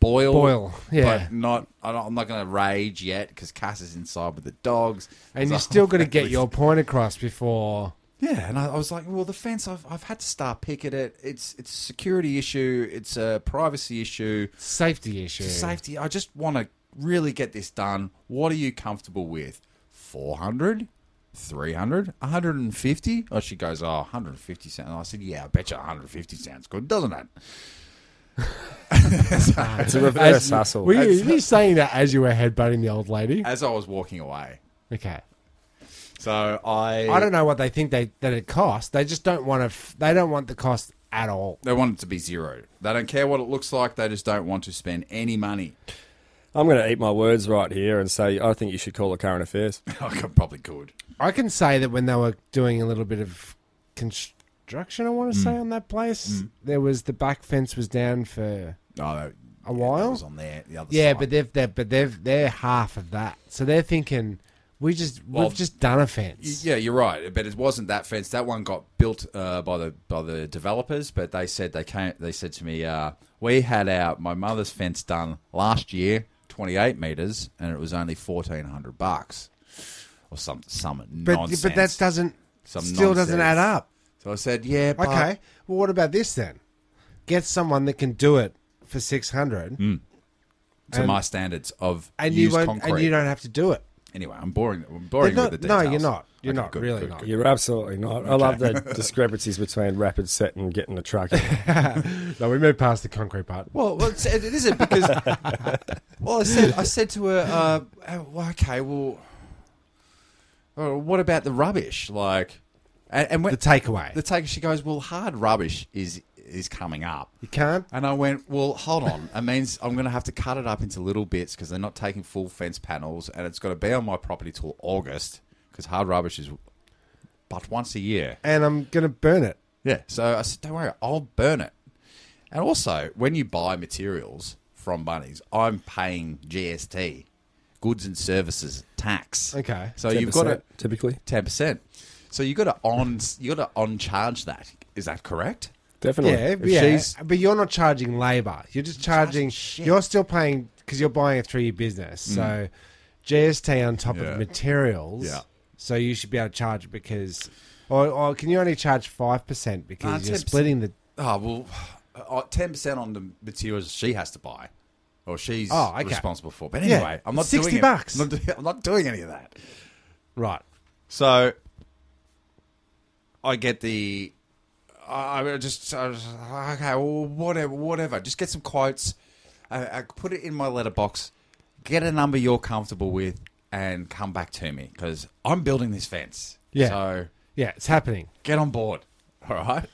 D: boil.
E: Boil, yeah.
D: But not, I don't- I'm not going to rage yet because Cass is inside with the dogs.
E: and
D: So-
E: you still got to get your point across before.
D: yeah, and I, I was like, well, the fence, I've, I've had to start picking it. It's it's a security issue. It's a privacy issue
E: Safety issue.
D: safety. I just want to really get this done. What are you comfortable with? 400? 300? 150? Oh, she goes, oh, 150 sounds. I said, yeah, I bet you 150 sounds good, doesn't it?
F: It's a reverse hustle.
E: Were you, were you saying that as you were headbutting the old lady?
D: As I was walking away.
E: Okay.
D: So I.
E: I don't know what they think they that it costs. They just don't want to. F- they don't want the cost at all.
D: They want it to be zero. They don't care what it looks like. They just don't want to spend any money.
F: I'm going to eat my words right here and say I think you should call it current affairs.
D: I could, probably could.
E: I can say that when they were doing a little bit of construction, I want to say
D: Mm.
E: on that place, there was the back fence was down for
D: No, that-
E: a
D: that
E: while.
D: was on there. The other
E: Yeah,
D: side.
E: but they've, they've but they've they're half of that, so they're thinking We just
D: Well,
E: we've just done a fence.
D: Yeah, you're right, but it wasn't that fence. That one got built uh, by the by the developers, but they said they came. They said to me, uh, "We had our my mother's fence done last year, 28 meters, and it was only 1,400 bucks or some some
E: but
D: nonsense."
E: but that doesn't
D: Some
E: still doesn't
D: nonsense.
E: add up.
D: so I said, "Yeah, but
E: Okay. Well, what about this then? Get someone that can do it for six hundred,
D: Mm. to my standards of
E: and you
D: used
E: won't,
D: concrete."
E: and you don't have to do it.
D: Anyway, I'm boring. I'm boring
E: They're
D: with the
E: not- no,
D: details.
E: you're not. You're not,
D: good,
E: really
D: good,
E: not.
D: good.
F: You're absolutely not. I love the discrepancies between rapid set and getting the truck. in.
E: No, we moved past the concrete part.
D: Well, well it's, it isn't because. well, I said I said to her, uh, uh, well, "Okay, well, uh, what about the rubbish?" Like, and, and when
E: The takeaway.
D: the take, she goes, "Well, hard rubbish is is coming up."
E: you can't.
D: And I went, well, hold on. It means I'm going to have to cut it up into little bits because they're not taking full fence panels, and it's got to be on my property till August because hard rubbish is but once a year.
E: And I'm gonna burn it.
D: Yeah. So I said, don't worry, I'll burn it. And also, when you buy materials from Bunnies, I'm paying GST, goods and services tax.
E: Okay.
D: So you have got to
F: 10%, typically
D: ten percent. So you got to on you got to on charge that. Is that correct?
F: definitely.
E: Yeah,
F: If
E: yeah.
F: she's-
E: but you're not charging labor. You're just charging.
D: shit. Mm.
E: you're still paying because you're buying it through your business. So GST on top
D: Yeah.
E: of materials.
D: Yeah.
E: So you should be able to charge it because, or, or can you only charge five percent because
D: Uh,
E: you're
D: 10%.
E: splitting the.
D: Oh well, ten percent on the materials she has to buy, or she's
E: Oh, okay.
D: responsible for. But
E: Yeah,
D: anyway, I'm not
E: it's 60
D: doing it.
E: bucks.
D: I'm not, doing, I'm not doing any of that.
E: Right.
D: So I get the. I I just I was, okay, well, whatever, whatever. Just get some quotes. I, I put it in my letterbox. Get a number you're comfortable with, and come back to me because I'm building this fence.
E: Yeah.
D: So
E: Yeah, it's happening.
D: get on board. All right.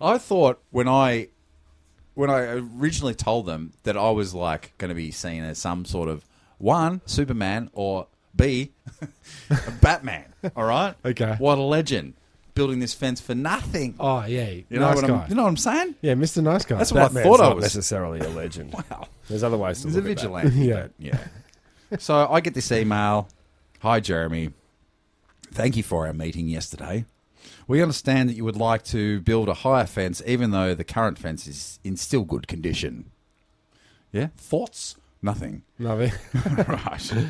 D: I thought when I when I originally told them that I was like going to be seen as some sort of one Superman or B a Batman. All right.
E: Okay.
D: What a legend building this fence for nothing.
E: Oh yeah, you
D: you know
E: nice
D: what
E: guy.
D: I'm, you know what I'm saying?
E: yeah, Mr. Nice Guy.
D: That's what
F: that
D: I
F: man's
D: thought I
F: not
D: was.
F: necessarily a legend.
D: Wow.
F: There's other ways to
D: He's a
F: look at that.
D: vigilante.
E: Yeah.
D: but yeah. So I get this email. Hi, Jeremy. Thank you for our meeting yesterday. We understand that you would like to build a higher fence, even though the current fence is in still good condition. Yeah. Thoughts? Nothing.
E: Love it.
D: Mm. right.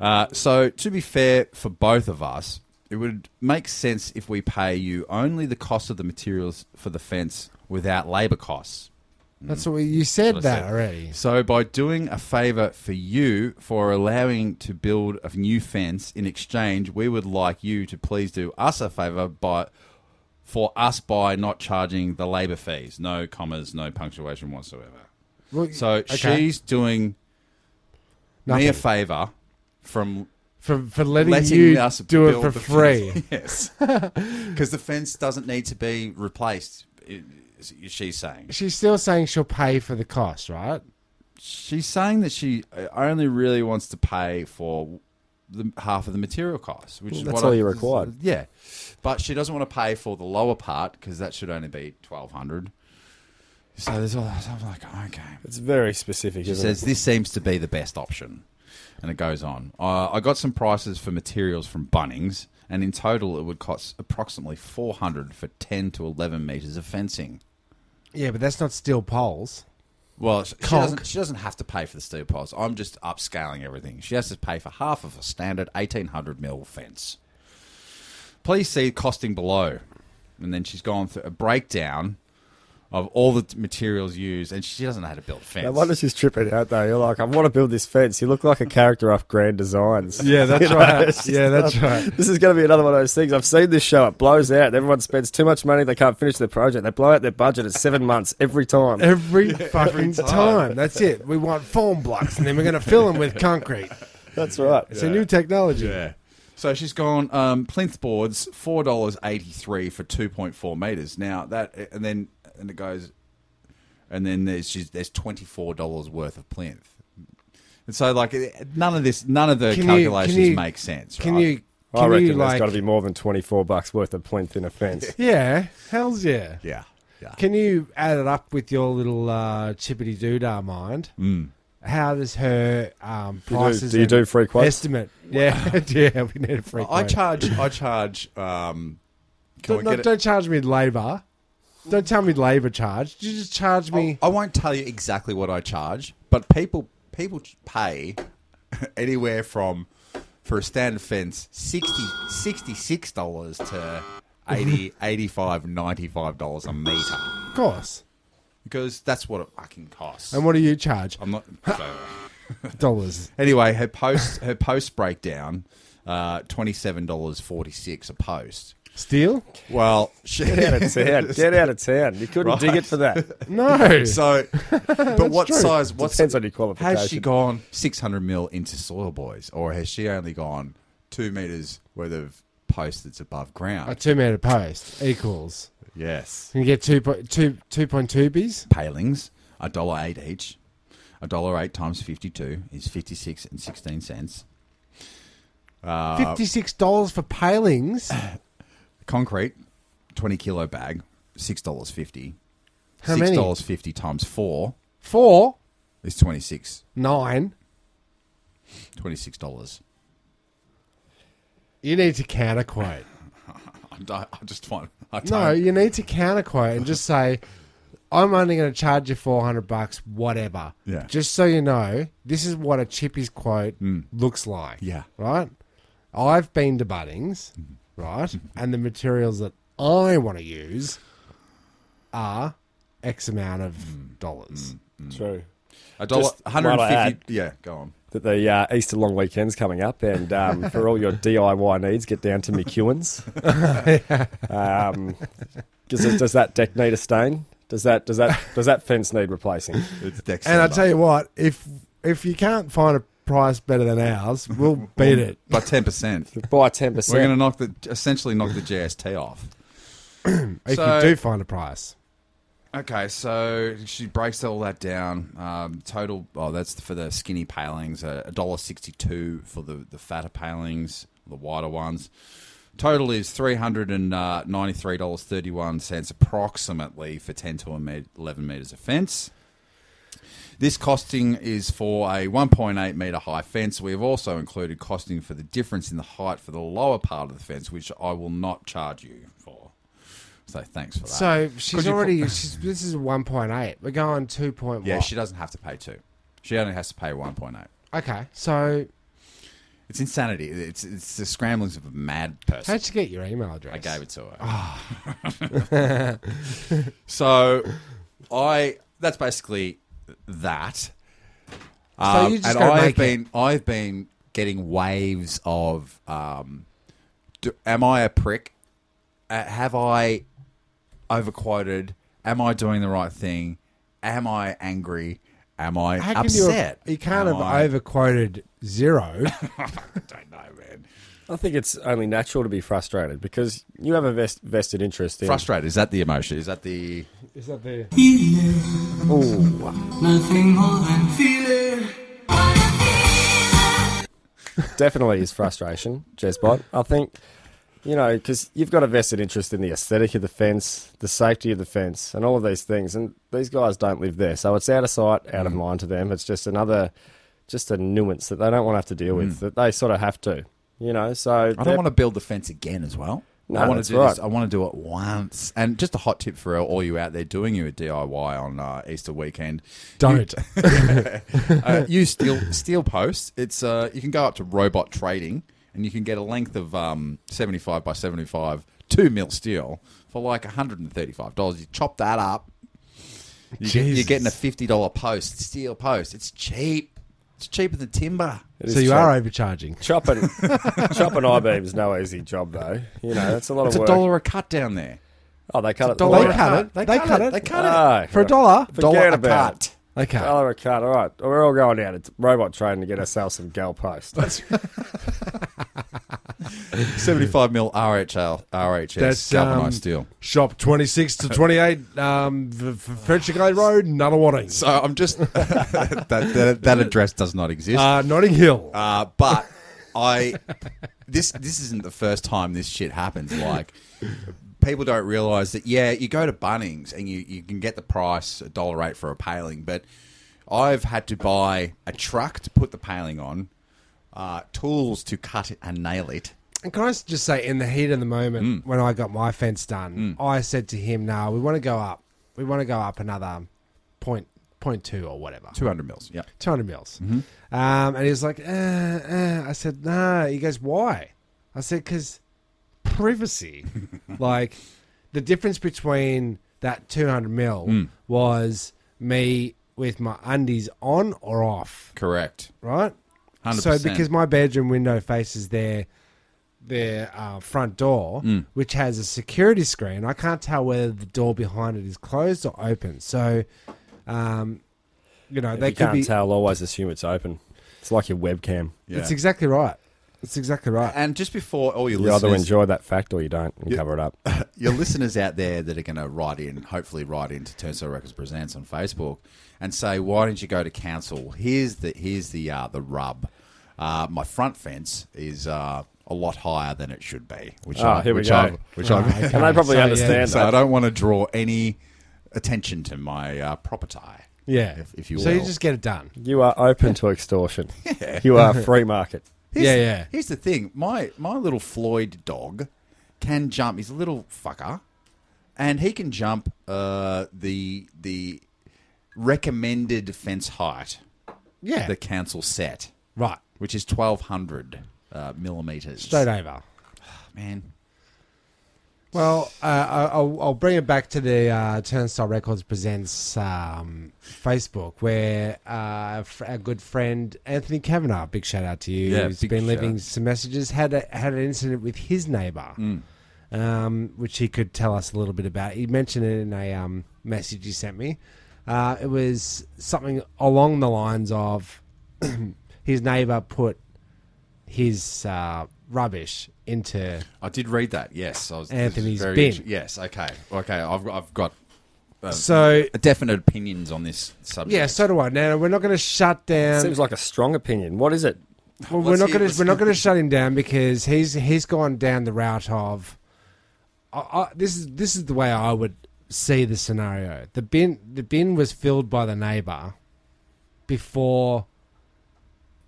D: Uh, so, to be fair for both of us, it would make sense if we pay you only the cost of the materials for the fence without labour costs.
E: That's what we, you said
D: That's what I
E: that
D: said.
E: already.
D: So by doing a favor for you for allowing to build a new fence in exchange, we would like you to please do us a favor by for us by not charging the labor fees. No commas, no punctuation whatsoever.
E: Well,
D: So she's doing me
E: Nothing.
D: a favor from
E: for for letting,
D: letting
E: you
D: us
E: do it
D: build
E: for
D: the
E: free.
D: fence. yes. Because the fence doesn't need to be replaced. i- is- She's saying
E: She's still saying she'll pay for the cost, right?
D: she's saying that she uh, only really wants to pay for the half of the material costs, which
F: Well,
D: is
F: that's
D: what
F: all
D: I-
F: you're required.
D: Yeah, but she doesn't want to pay for the lower part because that should only be twelve hundred. So there's all. So I'm like, okay.
F: It's very specific,
D: She
F: isn't
D: says
F: it?
D: this seems to be the best option, and it goes on. Uh, I got some prices for materials from Bunnings, and in total, it would cost approximately four hundred for ten to eleven meters of fencing.
E: Yeah, but that's not steel poles.
D: Well, she she
E: Conk.
D: doesn't, she doesn't have to pay for the steel poles. I'm just upscaling everything. She has to pay for half of a standard 1800 mil fence. Please see costing below. And then she's gone through a breakdown of all the t- materials used, and she doesn't know how to build a fence.
F: No wonder she's tripping out though. You're like, I want to build this fence. You look like a character off Grand Designs.
E: Yeah, that's right. Yeah, that's right.
F: This is going to be another one of those things. I've seen this show. It blows out. Everyone spends too much money. They can't finish their project. They blow out their budget at seven months every time.
E: Every fucking time. That's it. We want foam blocks, and then we're going to fill them with concrete.
F: That's right.
E: It's a new technology.
D: yeah. So she's gone um, plinth boards four dollars eighty three for two point four meters. Now that and then and it goes, and then there's she's, there's twenty four dollars worth of plinth. And so like it- none of this, none of the
E: Can you- can
D: calculations
E: you-
D: make sense.
E: Can
D: right?
E: you? Can
F: I reckon
E: you
F: there's
E: like?
F: got to be more than 24 bucks worth of plinth in a fence.
E: Yeah, hell's yeah.
D: Yeah, yeah.
E: Can you add it up with your little uh, chippity doodah mind? Mm. how does her um,
F: do-
E: prices?
F: do you
E: and
F: do free quotes?
E: Estimate. Yeah, yeah. We need a free
D: I
E: quote.
D: charge. I charge. Um, can
E: don't,
D: we
E: no,
D: get it?
E: don't charge me labour. Don't tell me labour charge. You just charge me.
D: I won't tell you exactly what I charge, but people people pay anywhere from for a standard fence 60 66 dollars to
F: Mm-hmm.
D: 80 85 95 dollars a meter
E: Of course.
D: because that's what it fucking costs.
E: And what do you charge?
D: I'm not so-
E: Dollars.
D: Anyway, her post her post breakdown uh, twenty seven dollars forty six a post.
E: Steel?
D: Well, she,
F: Get out of town. Get out of town. You couldn't dig it for that.
E: No.
D: so, but what
E: true.
D: size? What
F: Depends on your
D: Has she
F: qualification.
D: gone 600 mil into soil boys, or has she only gone two meters worth of post that's above
E: a
D: ground?
E: two metre post equals.
D: Yes,
E: Can you get two point two two point two bees?
D: palings a dollar eight each. A dollar eight times 52 is 56 and 16 cents.
E: Fifty six dollars for palings.
D: Concrete, 20 kilo bag, six dollars fifty.
E: How
D: six
E: many?
D: dollars fifty times four
E: Four
D: is 26
E: nine.
D: dollars.
E: You need to counter quote.
D: I, don't- I just want. I don't,
E: No, you need to counter quote and just say, "I'm only going to charge you four hundred bucks, whatever."
D: Yeah. Mm.
E: Just so you know, this is what a chippy's quote looks like.
D: Yeah. Mm-hmm.
E: Right. I've been to Buddings, right, and the materials that I want to use are X amount of
D: Mm.
E: dollars.
F: True.
D: A dollar,
F: Just while I
D: 150. Yeah, go on.
F: That the uh, Easter long weekend's coming up, and um, for all your DIY needs, get down to McEwen's. um, does, it- does that deck need a stain? Does that does that does that fence need replacing?
D: It's Dexter.
E: And I tell you what, if if you can't find a price better than ours, we'll beat it.
D: by 10%.
F: By
D: We're going to
F: ten percent.
D: knock the essentially knock the JST off.
E: If
D: So-
E: you do find a price,
D: Okay, so she breaks all that down. Um, total, oh, that's for the skinny palings. uh, A dollar sixty-two for the the fatter palings, the wider ones. Total is three hundred and uh, ninety-three dollars thirty-one cents, approximately, for ten to eleven meters of fence. This costing is for a 1.8 meter high fence. We have also included costing for the difference in the height for the lower part of the fence, which I will not charge you for. So thanks for that.
E: so
D: Could
E: she's
D: you
E: already. She's, this is one point eight. We're going two point one.
D: Yeah, she doesn't have to pay two. She only has to pay one point eight.
E: Okay, so
D: It's insanity. It's it's the scramblings of a mad person.
E: how'd you get your email address?
D: I gave it to
E: Ah.
D: her. so I that's basically that. Um,
E: you just
D: and
E: gotta
D: I've
E: make it.
D: been I've been getting waves of um, do, am I a prick? Uh, have I overquoted? Am I doing the right thing? Am I angry? Am I
E: How can
D: upset?
E: you? You can't
D: Am
E: have
D: I-
E: overquoted zero.
D: don't know, man.
F: I think it's only natural to be frustrated because you have a vest, vested interest in.
D: Frustrated. Is that the emotion? Is that the.
E: is that the?
H: Nothing more than feeling.
F: definitely is frustration, Jezbot. I think, you know, because you've got a vested interest in the aesthetic of the fence, the safety of the fence, and all of these things. And these guys don't live there, so it's out of sight, out
D: Mm-hmm.
F: of mind to them. It's just another, just a nuance that they don't want to have to deal with. That they sort of have to, you know. So
D: Mm. I don't want to build the fence again as well.
F: No,
D: I want
F: that's
D: to do this.
F: right.
D: I want to do it once. And just a hot tip for all you out there doing your DIY on uh, Easter weekend:
E: Don't.
D: uh, use steel steel posts. It's uh, you can go up to Robot Trading and you can get a length of um, seventy five by seventy five two mil steel for like one hundred and thirty five dollars. You chop that up. You get, you're
E: Jesus.
D: getting a fifty dollar post, steel post. It's cheap. It's cheaper than timber.
E: so you are overcharging.
F: chopping chopping I beam's no easy job though. You know, that's a lot
D: It's a
F: of work.
D: dollar a cut down there.
F: oh, they cut it.
E: They
F: the
E: cut it. They, cut, it.
D: They cut it.
F: Oh,
E: for a dollar.
F: Forget Oh,
D: dollar a
F: about it.
D: cut.
E: They cut.
F: Dollar a cut. All right, we're all going down to robot train to get ourselves some gal post.
D: 75 mil RHL, RHS
E: That's,
D: galvanized
E: um,
D: steel.
E: Shop twenty six to twenty eight, um, F- F- Fletcher Glade Road, Nunawading,
D: So I'm just that, that that address does not exist. Uh,
E: uh, Notting Hill.
D: but I this this isn't the first time this shit happens. Like people don't realize that yeah, you go to Bunnings and you you can get the price a dollar eight for a paling, but I've had to buy a truck to put the paling on, uh, tools to cut it and nail it.
E: And can I just say, in the heat of the moment, when I got my fence done, I said to him, "No, we want to go up. We want to go up another point point two or whatever,
D: Two hundred mils. Yeah.
E: two hundred mils." Um, and he was like, eh, eh. "I said, no." He goes, "Why?" I said, "Because privacy. like the difference between that two hundred mil was me with my undies on or off,
D: Correct.
E: right?"
D: 100%.
E: So because my bedroom window faces their their uh, front door, which has a security screen, I can't tell whether the door behind it is closed or open. So, um, you know, they
F: you
E: could
F: can't
E: be.
F: tell. Always assume it's open. It's like your webcam.
D: Yeah.
E: It's exactly right. It's exactly right.
D: and just before all your
F: You either
D: listeners,
F: enjoy that fact or you don't, and cover it up.
D: your listeners out there that are going to write in, hopefully write in to Turnstile Records Presents on Facebook and say, why don't you go to council? Here's the here's the uh, the rub. Uh, my front fence is uh, a lot higher than it should be, which
F: Ah,
D: I
F: here we
D: which
F: go.
D: I which I
E: Okay,
F: And they probably
E: so, yeah.
F: understand
D: Ah, so I
F: that.
D: don't want to draw any attention to my uh, property.
E: Yeah.
D: if, if you
E: so you
D: will.
E: just get it done.
F: You are open to extortion. You are free market.
E: yeah, yeah.
D: Here's the thing, my my little Floyd dog can jump. He's a little fucker, and he can jump uh, the the recommended fence height
E: Yeah.
D: the council set,
E: right.
D: which is twelve hundred uh, millimeters.
E: Straight over.
D: man.
E: Well, uh, I- I'll, I'll bring it back to the uh, Turnstile Records Presents um, Facebook, where uh, fr- our good friend Anthony Kavanagh, big shout out to you,
D: Yeah,
E: who's
D: big
E: been
D: shout
E: leaving
D: out.
E: some messages, had a, had an incident with his neighbour,
D: Mm.
E: um, which he could tell us a little bit about. He mentioned it in a um, message he sent me. Uh, it was something along the lines of his neighbour put his uh, rubbish into
D: I did read that. Yes, I was this is
E: Anthony's
D: very
E: bin.
D: int- Yes, okay, okay. I've I've got uh,
E: so
D: definite opinions on this subject.
E: Yeah, so do I. Now we're not going to shut down.
F: Seems like a strong opinion. What is it?
E: well, we're not going to
D: hear- let's-
E: we're not going to shut him down because he's he's gone down the route of. I, I, this is this is the way I would see the scenario. The bin the bin was filled by the neighbour before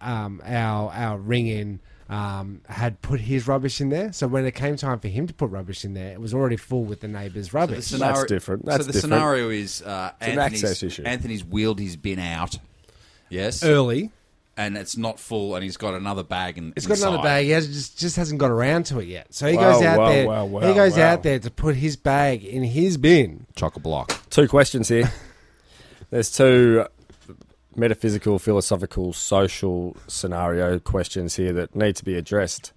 E: um, our our ring in um, had put his rubbish in there. So when it came time for him to put rubbish in there, it was already full with the neighbour's
D: So the
E: rubbish.
D: scenario,
F: different.
D: so
F: That's
D: the
F: different.
D: scenario is uh,
F: an
D: Anthony's,
F: access issue.
D: Anthony's wheeled his bin out. Yes,
E: Early,
D: and it's not full, and he's got another bag. In,
E: It's got another
D: inside.
E: bag. He has, just just hasn't got around to it yet. So he
F: Wow,
E: goes out
F: wow,
E: there.
F: wow, wow,
E: he goes
F: wow.
E: out there to put his bag in his bin.
D: Chock a block.
F: Two questions here. There's two metaphysical, philosophical, social scenario questions here that need to be addressed.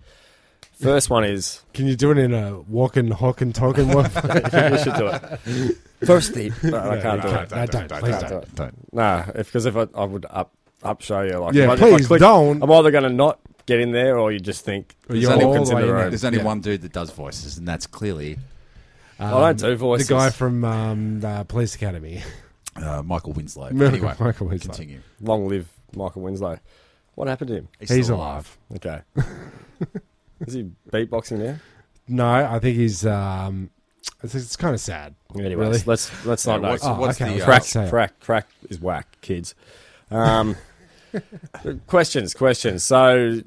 F: First one is
E: Can you do it in a walking, hawking, talking? no,
F: you should do it. Firstly, no, I can't do it.
E: don't, please don't.
F: No, because if, I, I would up up show you, like
E: Yeah,
F: if I- if I
E: please
F: click-
E: don't.
F: I'm either going to not get in there, or you just think
E: you're
F: there's only-
E: all
F: it's
E: the
F: in the
E: way in
F: room.
D: There's only
E: Yeah.
D: one dude that does voices, and that's clearly
F: I don't do voices.
E: um, The guy from um, the police academy.
D: uh, Michael Winslow.
E: Anyway,
D: Anyway,
E: Michael Winslow.
D: continue.
F: Long live Michael Winslow. What happened to him?
E: He's
D: still
E: alive.
F: Okay. Is he beatboxing now?
E: No, I think he's. Um, it's, it's kind of sad.
F: Anyways,
E: Really?
F: let's let's
D: Yeah,
F: not know.
D: what's-
E: Oh,
D: what's
E: okay.
D: the, uh,
E: Crack.
F: crack,
E: Say it.
F: crack, crack is whack, kids. Um, questions, questions. So,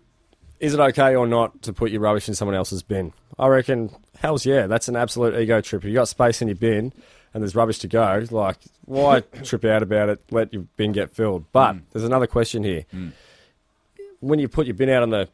F: is it okay or not to put your rubbish in someone else's bin? I reckon, hell's yeah, that's an absolute ego trip. If you got space in your bin and there's rubbish to go, like, why trip out about it? Let your bin get filled. But there's another question here. When you put your bin out on the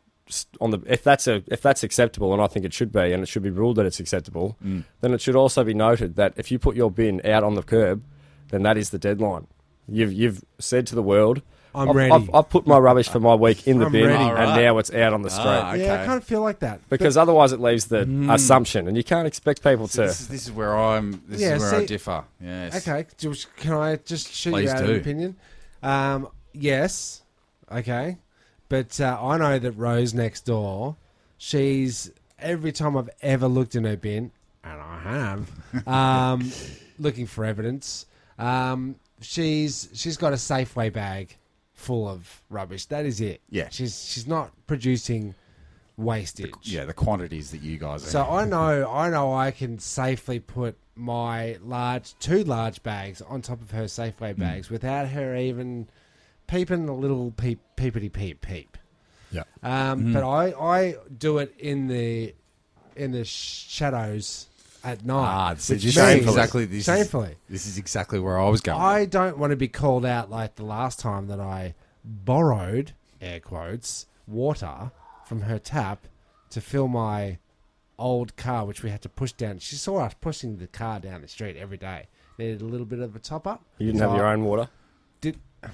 F: on the if that's a if that's acceptable and I think it should be and it should be ruled that it's acceptable, then it should also be noted that if you put your bin out on the curb, then that is the deadline. You've you've said to the world,
E: I'm
F: have
E: ready.
F: I've, I've put my rubbish for my week in the
E: I'm
F: bin,
E: ready.
F: and
D: Alright.
F: now it's out on the street.
D: Ah, okay. Hmm.
E: Yeah, I kind of feel like that.
F: Because otherwise, it leaves the assumption, and you can't expect people to.
D: This is, this is where I'm. This
E: Yeah,
D: is where
E: see-
D: I differ. Yes.
E: Okay, George, can I just shoot you
D: Please
E: out
D: do.
E: an opinion? Um, yes, okay, but uh, I know that Rose next door, she's every time I've ever looked in her bin, and I have, um, looking for evidence. Um, she's she's got a Safeway bag full of rubbish. That is it.
D: Yeah.
E: she's she's not producing wastage.
D: Yeah, the quantities that you guys are.
E: So I know, I know, I can safely put my large two large bags on top of her Safeway
D: Hmm.
E: bags without her even peeping a little peep peepity peep peep.
I: Yeah.
E: Um,
D: Hmm.
E: But I, I do it in the in the shadows at night.
D: Ah, this is
E: which
D: shamefully.
E: means-
D: Exactly, this is-
E: Shamefully.
D: This is exactly where I was going.
E: I don't want to be called out like the last time that I borrowed air quotes water from her tap to fill my old car, which we had to push down. She saw us pushing the car down the street every day. Needed a little bit of a top up.
F: You didn't
E: So
F: have your
E: I-
F: own water.
E: Did, here's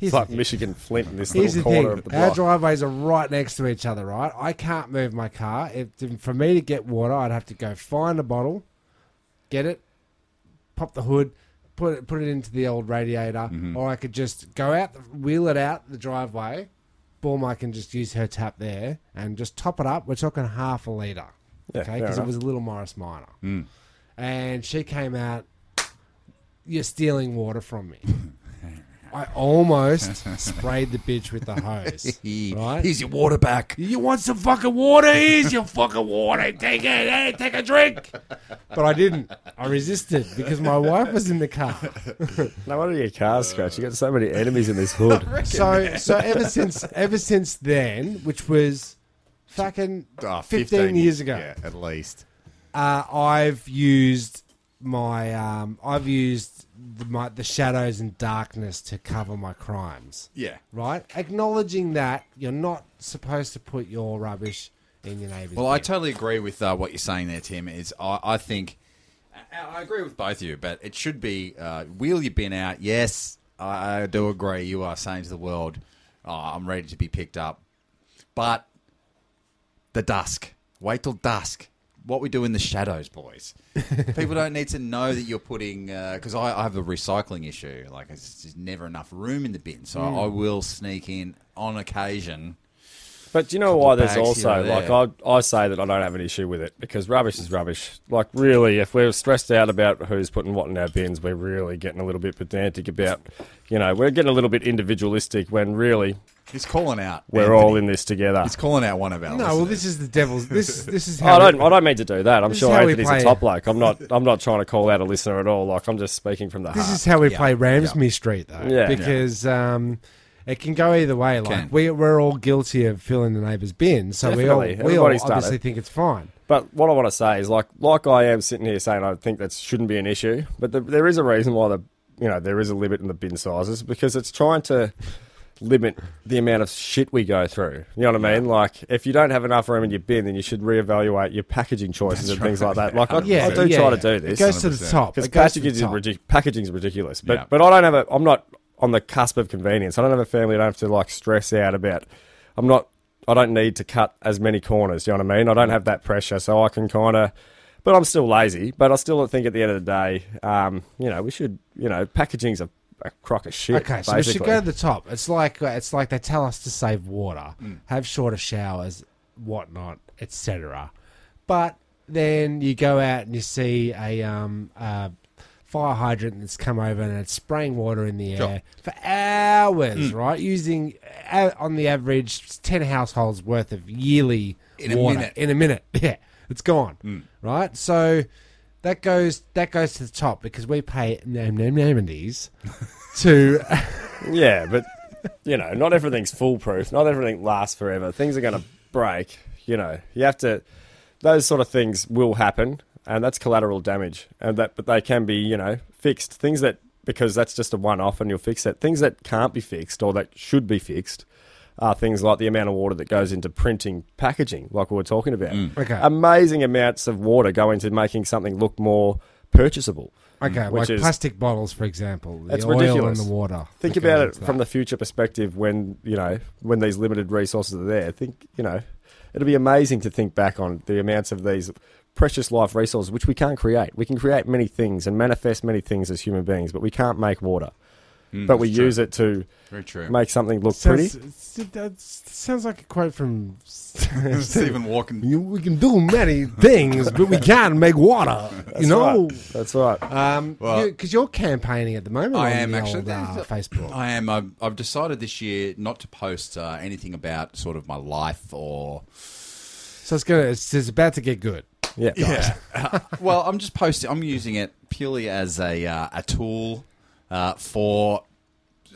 F: It's like
E: the thing.
F: Michigan Flint in this
E: Here's
F: little
E: the
F: corner
E: thing:
F: of the
E: our
F: block.
E: driveways are right next to each other. Right, I can't move my car. If for me to get water, I'd have to go find a bottle, get it, pop the hood, put it put it into the old radiator,
F: Mm-hmm.
E: or I could just go out, wheel it out the driveway. Boom! I can just use her tap there and just top it up. We're talking half a liter,
F: Yeah,
E: okay?
F: fair
E: Because it
F: enough. Mm.
E: was a little Morris Minor, and she came out. You're stealing water from me. I almost sprayed the bitch with the hose. right?
D: Here's your water back.
E: You want some fucking water? Here's your fucking water. Take it. Hey, take a drink. But I didn't. I resisted because my wife was in the car.
F: No wonder your car's
D: Uh,
F: scratched. You got so many enemies in this hood.
E: So, so ever since, ever since then, which was fucking
I: Ah,
E: 15, years ago,
I: Yeah, at least.
E: uh, I've used my, um, I've used the, my, the shadows and darkness to cover my crimes.
I: Yeah.
E: Right, acknowledging that you're not supposed to put your rubbish in your neighbour's.
D: Well, I
E: bin.
D: totally agree with uh, what you're saying there, Tim. Is I, I think I, I agree with both of you, but it should be uh, wheel your bin out. Yes, I, I do agree. You are saying to the world, oh, I'm ready to be picked up, but the dusk. Wait till dusk. What we do in the shadows, boys. People don't need to know that you're putting because I, I have a recycling issue. Like it's just never enough room in the bin, so
F: Hmm.
D: I will sneak in on occasion.
F: But do you know why
D: of
F: there's
D: bags
F: also
D: here and
F: like I I say that I don't have an issue with it because rubbish is rubbish. Like really, if we're stressed out about who's putting what in our bins, we're really getting a little bit pedantic about, you know, we're getting a little bit individualistic when really
D: He's calling out.
F: we're
D: Anthony.
F: all in this together.
D: He's calling out one of our.
E: No, well, this is the devil's. This this is
F: Oh, I
E: how.
F: don't I don't mean to do that. I'm
E: This is
F: sure
E: how we
F: Anthony's
E: play.
F: a top bloke. I'm not I'm not trying to call out a listener at all. Like I'm just speaking from the
E: this
F: heart.
E: is how we play Ramsmy Street though,
F: Yeah.
E: because um, it can go either way. Like
D: Can.
E: we we're all guilty of filling the neighbour's bin, so we
F: Definitely.
E: all we all
F: Everybody's done
E: obviously
F: it.
E: think it's fine.
F: But what I want to say is, like, like I am sitting here saying, I think that shouldn't be an issue. But the, there is a reason why the, you know, there is a limit in the bin sizes because it's trying to limit the amount of shit we go through. You know what I mean? Like, if you don't have enough room in your bin, then you should reevaluate your packaging choices and things like that. Like, I,
E: Yeah,
F: I do
E: yeah,
F: try
E: yeah.
F: to do
E: It
F: this
E: goes to the top.
F: because
E: It goes to
F: packaging
E: the
F: is
E: top.
F: ridic- packaging's ridiculous. But
I: Yeah.
F: but I don't have a. I'm not on the cusp of convenience. I don't have a family. I don't have to like stress out about. I'm not. I don't need to cut as many corners. You know what I mean?
E: Mm.
F: I don't have that pressure, so I can kind of. But I'm still lazy. But I still think at the end of the day, um, you know, we should. You know, packaging's a, a crock of shit.
E: Okay, so we should
F: basically.
E: go to the top. It's like uh, it's like they tell us to save water,
D: Mm.
E: have shorter showers, whatnot, etc. But then you go out and you see a um a fire hydrant that's come over and it's spraying water in the air for hours,
D: Mm.
E: right? Using uh, on the average ten households worth of yearly
D: In a
E: water
D: minute. Mm.
E: in a minute. Yeah, it's gone. Right, so. That goes that goes to the top because we pay name name name to
F: Yeah, but you know, not everything's foolproof. Not everything lasts forever. Things are going to break. You know, you have to. Those sort of things will happen, and that's collateral damage. And that, but they can be, you know, fixed. Things that because that's just a one-off, and you'll fix it. Things that can't be fixed or that should be fixed are things like the amount of water that goes into printing packaging, like we were talking about.
E: Okay.
F: Amazing amounts of water go into making something look more purchasable.
E: Okay,
F: Mm, which
E: like
F: is-
E: plastic bottles, for example. The
F: It's
E: oil
F: ridiculous.
E: and the water.
F: Think
E: that
F: about
E: goes
F: it
E: into
F: from
E: that.
F: the future perspective when, you know, when these limited resources are there. Think, you know, it'll be amazing to think back on the amounts of these precious life resources which we can't create. We can create many things and manifest many things as human beings, but we can't make water. but we use it to
D: Mm, Very true.
F: make something look pretty.
E: Sounds, that sounds like a quote from.
D: Stephen Walken.
E: You- we can do many things, but we can't make water. you know,
F: Right. That's right.
E: um,
D: Well-
E: because you, are campaigning at the moment.
D: I
E: on
D: am
E: the
D: actually.
E: old, uh, Facebook.
D: I am. I've, I've decided this year not to post uh, anything about sort of my life or
E: so it's gonna. It's, it's about to get good.
F: Yeah.
D: Yeah. well, I'm just posting. I'm using it purely as a uh, a tool uh, for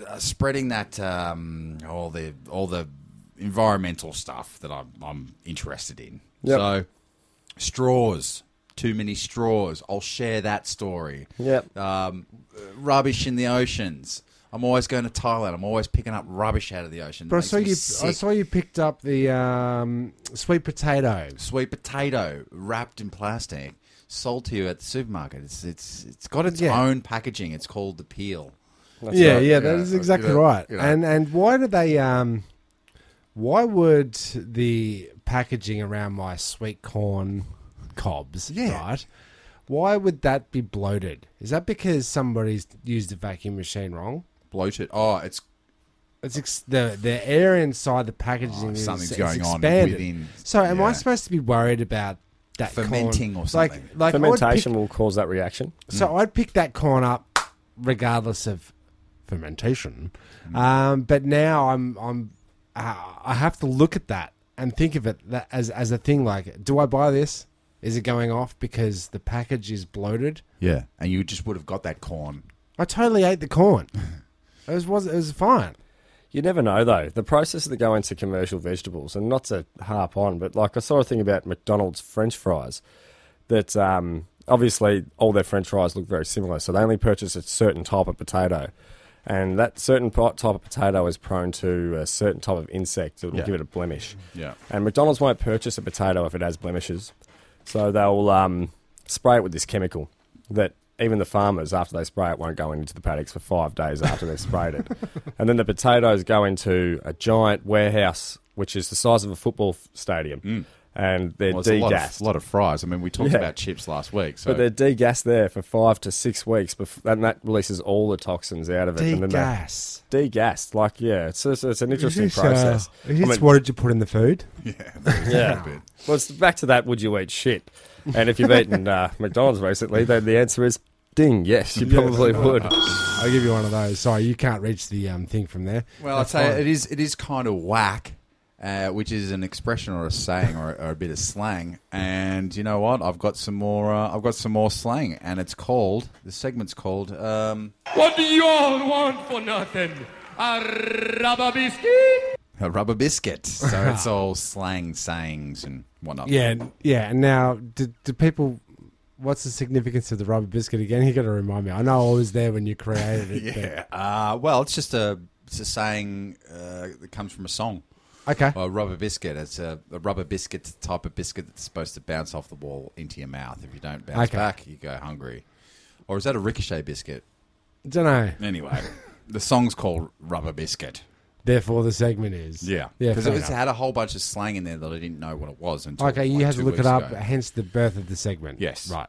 D: uh, spreading that um, all the all the environmental stuff that I'm I'm interested in.
F: Yep.
D: So straws, too many straws. I'll share that story.
F: Yep.
D: Um, rubbish in the oceans. I'm always going to Thailand. I'm always picking up rubbish out of the ocean. It
E: But I
D: makes
E: saw
D: me
E: you. I
D: sick.
E: saw you picked up the um, sweet potato.
D: sweet potato wrapped in plastic sold to you at the supermarket. It's it's it's got its
E: Yeah.
D: own packaging. It's called the peel.
E: yeah,
F: right.
E: yeah, that
D: Yeah,
E: is
D: you
E: exactly
D: know,
E: right.
D: you know.
E: And and why do they? Um, why would the packaging around my sweet corn cobs, right? Why would that be bloated? Is that because somebody's used the vacuum machine wrong?
D: Bloated. Oh, it's
E: It's ex- the the air inside the packaging.
D: Oh,
E: is,
D: something's
E: is
D: going on
E: expanded.
D: within-
E: So, am I
D: yeah.
E: supposed to be worried about that corn?
D: Fermenting or something.
E: Like, like I would pick-
F: Fermentation will cause that reaction.
E: So I'd pick that corn up, regardless of fermentation. Um, but now I'm I'm uh, I have to look at that and think of it that as as a thing. Like, do I buy this? Is it going off because the package is bloated?
D: yeah, and you just would have got that corn.
E: I totally ate the corn. It was, was it was fine.
F: You never know, though. The processes that go into commercial vegetables, and not to harp on, but like I saw a thing about McDonald's French fries that um, obviously all their French fries look very similar, so they only purchase a certain type of potato. And that certain po- type of potato is prone to a certain type of insect that will
D: Yeah.
F: give it a blemish.
D: Yeah.
F: And McDonald's won't purchase a potato if it has blemishes. So they'll um, spray it with this chemical that even the farmers, after they spray it, won't go into the paddocks for five days after they've sprayed it. And then the potatoes go into a giant warehouse, which is the size of a football f- stadium. And they're
D: Mm. Well, it's a lot
F: degassed.
D: of, lot of fries. I mean, we talked
F: Yeah.
D: about chips last week. So
F: but they're degassed there for five to six weeks, bef- and that releases all the toxins out of it. And then
E: Degas.
F: they degassed. Like, yeah, it's, it's, it's an interesting process. I mean-
E: uh, what did you put in the food?
F: Yeah. Well, it's back to that. Would you eat shit? And if you've eaten uh, McDonald's recently, then the answer is ding. Yes, you probably would.
E: I'll give you one of those. Sorry, you can't reach the um, thing from there.
D: well, I'd say it is it is kind of whack. Uh, which is an expression or a saying or, or a bit of slang, and you know what? I've got some more. Uh, I've got some more slang, and it's called. The segment's called. Um,
I: What do you all want for nothing? A rubber biscuit?
D: a rubber biscuit. So it's all slang sayings and whatnot.
E: Yeah, n- yeah. And now, do, do people? What's the significance of the rubber biscuit again? You got to remind me. I know I was there when you created it.
D: Yeah. Uh, well, it's just a it's a saying uh, that comes from a song.
E: but- Okay.
D: A rubber biscuit. It's a, a rubber biscuit type of biscuit that's supposed to bounce off the wall into your mouth. If you don't bounce
E: Okay.
D: back, you go hungry. Or is that a ricochet biscuit?
E: Don't know.
D: Anyway, the song's called Rubber Biscuit.
E: Therefore, the segment is. Yeah.
D: Because
E: fair
D: it
E: enough.
D: had a whole bunch of slang in there that I didn't know what it was until.
E: Okay, you
D: like
E: had to
D: two
E: look it
D: weeks
E: up.
D: ago.
E: Hence the birth of the segment.
D: Yes.
E: Right.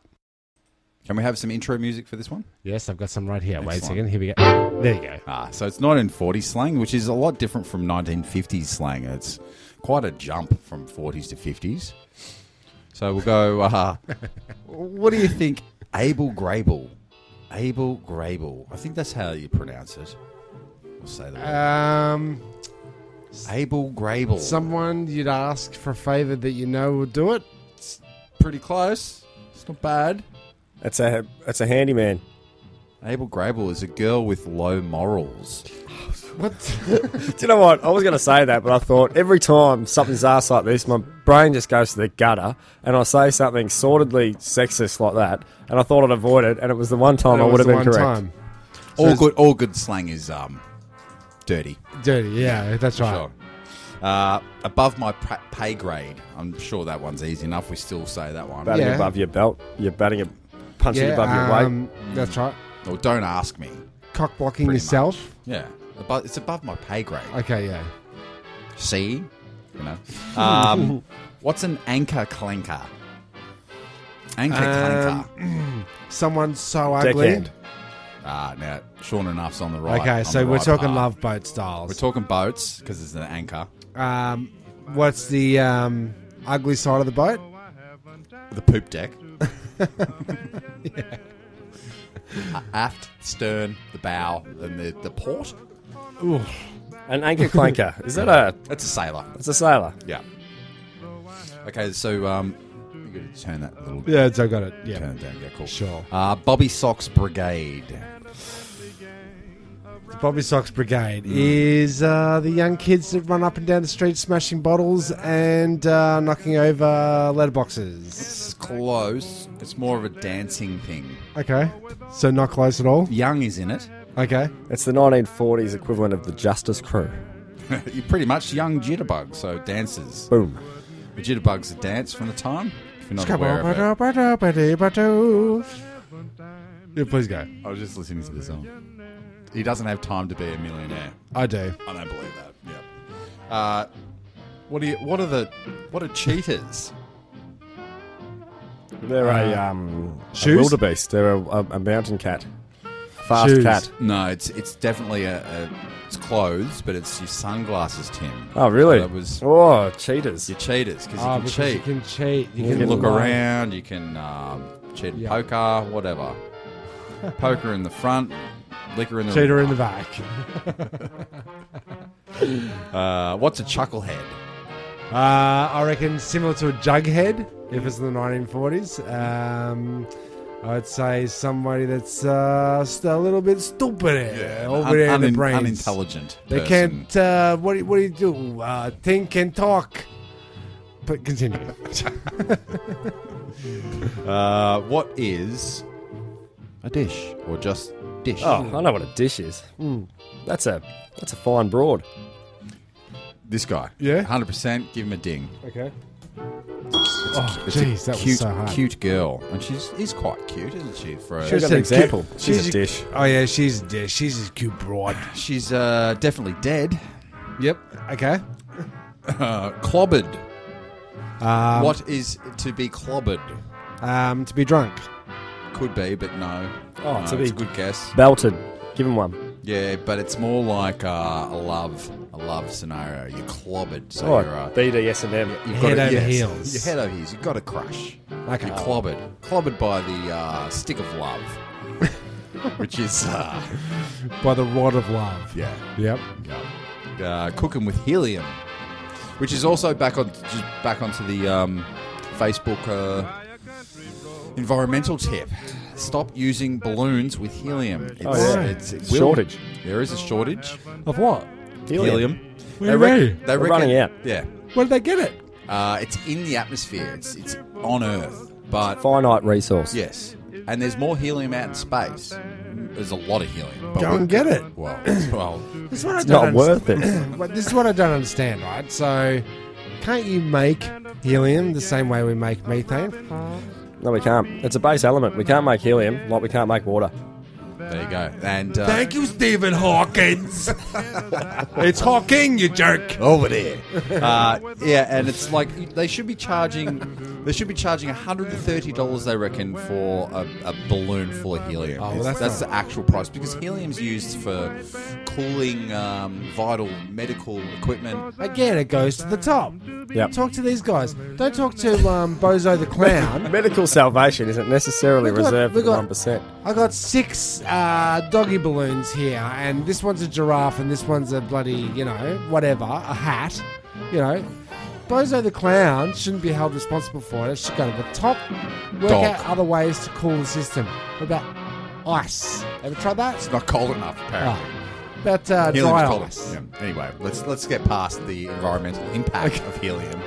D: Can we have some intro music for this one?
E: Yes, I've got some right here. Wait a
D: Excellent.
E: second. Here we go. There you go.
D: Ah, so it's 1940s slang, which is a lot different from 1950s slang. It's quite a jump from 40s to 50s. So we'll go. Uh, what do you think? Abel Grable. Abel Grable. I think that's how you pronounce it. We'll say the word.
E: Um,
D: Abel Grable.
E: someone you'd ask for a favor that you know will do it.
D: pretty close. It's not bad.
F: It's a it's a handyman.
D: Abel Grable is a girl with low morals.
F: Do you know what? I was going to say that, but I thought every time something's asked like this, my brain just goes to the gutter, and I say something sordidly sexist like that, and I thought I'd avoid it, and it was the one time
E: That
F: I
E: was
F: would have
E: the
F: been
E: one
F: correct.
E: time.
D: all good. All good slang is um, dirty.
E: Dirty. Yeah, that's right.
D: Sure. Uh, above my pa- pay grade. I'm sure that one's easy enough. We still say that one.
F: Batting
E: Yeah.
F: above your belt, you're batting a punching
E: Yeah,
F: above your weight.
E: um, that's right.
D: Or don't ask me.
E: Cock blocking
D: Pretty
E: yourself.
D: Yeah. Above, it's above my pay grade.
E: Okay, yeah.
D: See? You know. Um, what's an anchor clanker? Anchor
E: Um,
D: clanker.
E: Someone so ugly.
F: Deckhand.
D: Ah, now, Sean Enough's on the right.
E: Okay,
D: on
E: so
D: the
E: we're
D: right
E: talking
D: path.
E: love boat
D: We're
E: styles.
D: talking boats because it's an anchor.
E: um, what's the um, ugly side of the boat?
D: The poop deck. Uh, aft, stern, the bow, and the, the port.
F: An anchor clanker. Is that a?
D: That's a sailor.
F: It's a sailor.
D: Yeah. Okay, so um, You gotta turn that a little bit.
E: Yeah, it's, I got it. Yeah.
D: Turn it down. Yeah, cool.
E: Sure.
D: Uh, Bobby Socks Brigade.
E: The Bobby Sox Brigade is uh, the young kids that run up and down the street smashing bottles and uh, knocking over letterboxes.
D: It's close. It's more of a dancing thing.
E: Okay. So not close at all?
D: Young is in it.
E: Okay.
F: It's the 1940s equivalent of the Justice Crew.
D: You're pretty much young jitterbug, so dances.
F: Boom.
D: The jitterbug's a dance from the time. If you're not aware of it.
E: Yeah, please go.
D: I was just listening to the song. He doesn't have time to be a millionaire.
E: I do.
D: I don't believe that. Yeah. Uh, what are you, What are the? What are cheetahs?
F: They're a, um, a
E: Uh, shoes?
F: wildebeest. They're a, a, a mountain cat. Fast
E: Shoes.
F: cat.
D: No, it's it's definitely a, a it's clothes, but it's your sunglasses, Tim.
F: Oh, really?
D: That was
F: oh, cheaters.
D: your cheaters because you
E: Ah,
D: can
E: because
D: cheat.
E: You can cheat. You
D: You
E: can
D: can look
E: lie.
D: around. You can um, cheat in
E: Yeah.
D: poker, whatever. poker in the front, liquor in the
E: Cheater in the back.
D: Uh, what's a chucklehead?
E: Uh, I reckon similar to a jughead, if it's in the 1940s. Um, I'd say somebody that's uh, still a little bit stupid over there in the
D: unin-
E: brains.
D: unintelligent.
E: They
D: person.
E: can't. Uh, what, do- what do you do? Uh, think and talk. But continue.
D: Uh, what is a dish or just dish?
F: Oh, I know what a dish is.
E: Hmm.
F: That's a that's a fine broad.
D: This guy.
E: Yeah?
D: hundred percent. Give him a ding.
E: okay.
D: It's
E: Oh, jeez, that was
D: cute,
E: so hard.
D: cute girl, and she's is quite cute, isn't she? For a,
F: She's an example. She's a dish.
E: Oh yeah, she's a dish. She's a cute broad.
D: she's uh, definitely dead.
E: Yep. Okay.
D: Uh, clobbered. what is to be clobbered?
E: Um, to be drunk.
D: Could be, but no.
F: Oh,
D: No,
F: to be-
D: it's a good guess.
F: Belted. Give him one.
D: Yeah, but it's more like uh, a love, a love scenario. You're clobbered, so
F: Oh,
D: you're uh,
F: BD, S&M.
D: you've
E: Head
D: got
E: over
D: a, yes,
E: heels.
D: Your head over heels. You've got a crush.
E: Okay.
D: You're clobbered, clobbered by the uh, stick of love, which is uh,
E: By the rod of love.
D: yeah,
E: Yep.
D: yeah. Uh, cooking with helium, which is also back on just back onto the um, Facebook uh, environmental tip. Stop using balloons with helium. It's,
F: yeah.
D: it's, it will-
F: Shortage.
D: There is a shortage.
E: Of what?
D: Helium.
E: Where
D: rec-
E: are they?
D: they
F: We're
D: reckon-
F: running out.
D: Yeah.
E: Where did they get it?
D: Uh, it's in the atmosphere. It's it's on Earth, but
F: Finite resource.
D: yes, and there's more helium out in space. There's a lot of helium. But
E: Go and get it.
D: Well, well,
E: This is what I
F: It's not
E: don't
F: worth it.
E: understand. Well, this is what I don't understand, right? So, can't you make helium the same way we make methane?
F: No, we can't. It's a base element. We can't make helium, like we can't make water.
D: there you go. And uh,
E: you, Stephen Hawkins. it's Hawking, you jerk.
D: over there. Uh, yeah, and it's like they should be charging. They should be charging 130 dollars, they reckon, for a, a balloon full of helium.
E: Oh, well,
D: It's-
E: that's
D: that's the actual price because helium's used for cooling um, vital medical equipment.
E: Again, it goes to the top.
F: Yep.
E: Talk to these guys. Don't talk to um, Bozo the Clown.
F: Medical salvation isn't necessarily
E: We got-
F: reserved
E: we
F: for
E: got-
F: one percent.
E: I got six uh, doggy balloons here, and this one's a giraffe, and this one's a bloody, you know, whatever, a hat. You know, Bozo the Clown shouldn't be held responsible for it. It should go to the top. Work
D: Dog.
E: out other ways to cool the system. What about ice? Ever tried that?
D: It's not cold enough, apparently.
E: Oh. About uh, dry
D: Helium's
E: ice.
D: colder. Yeah. Anyway, let's let's get past the environmental impact of helium.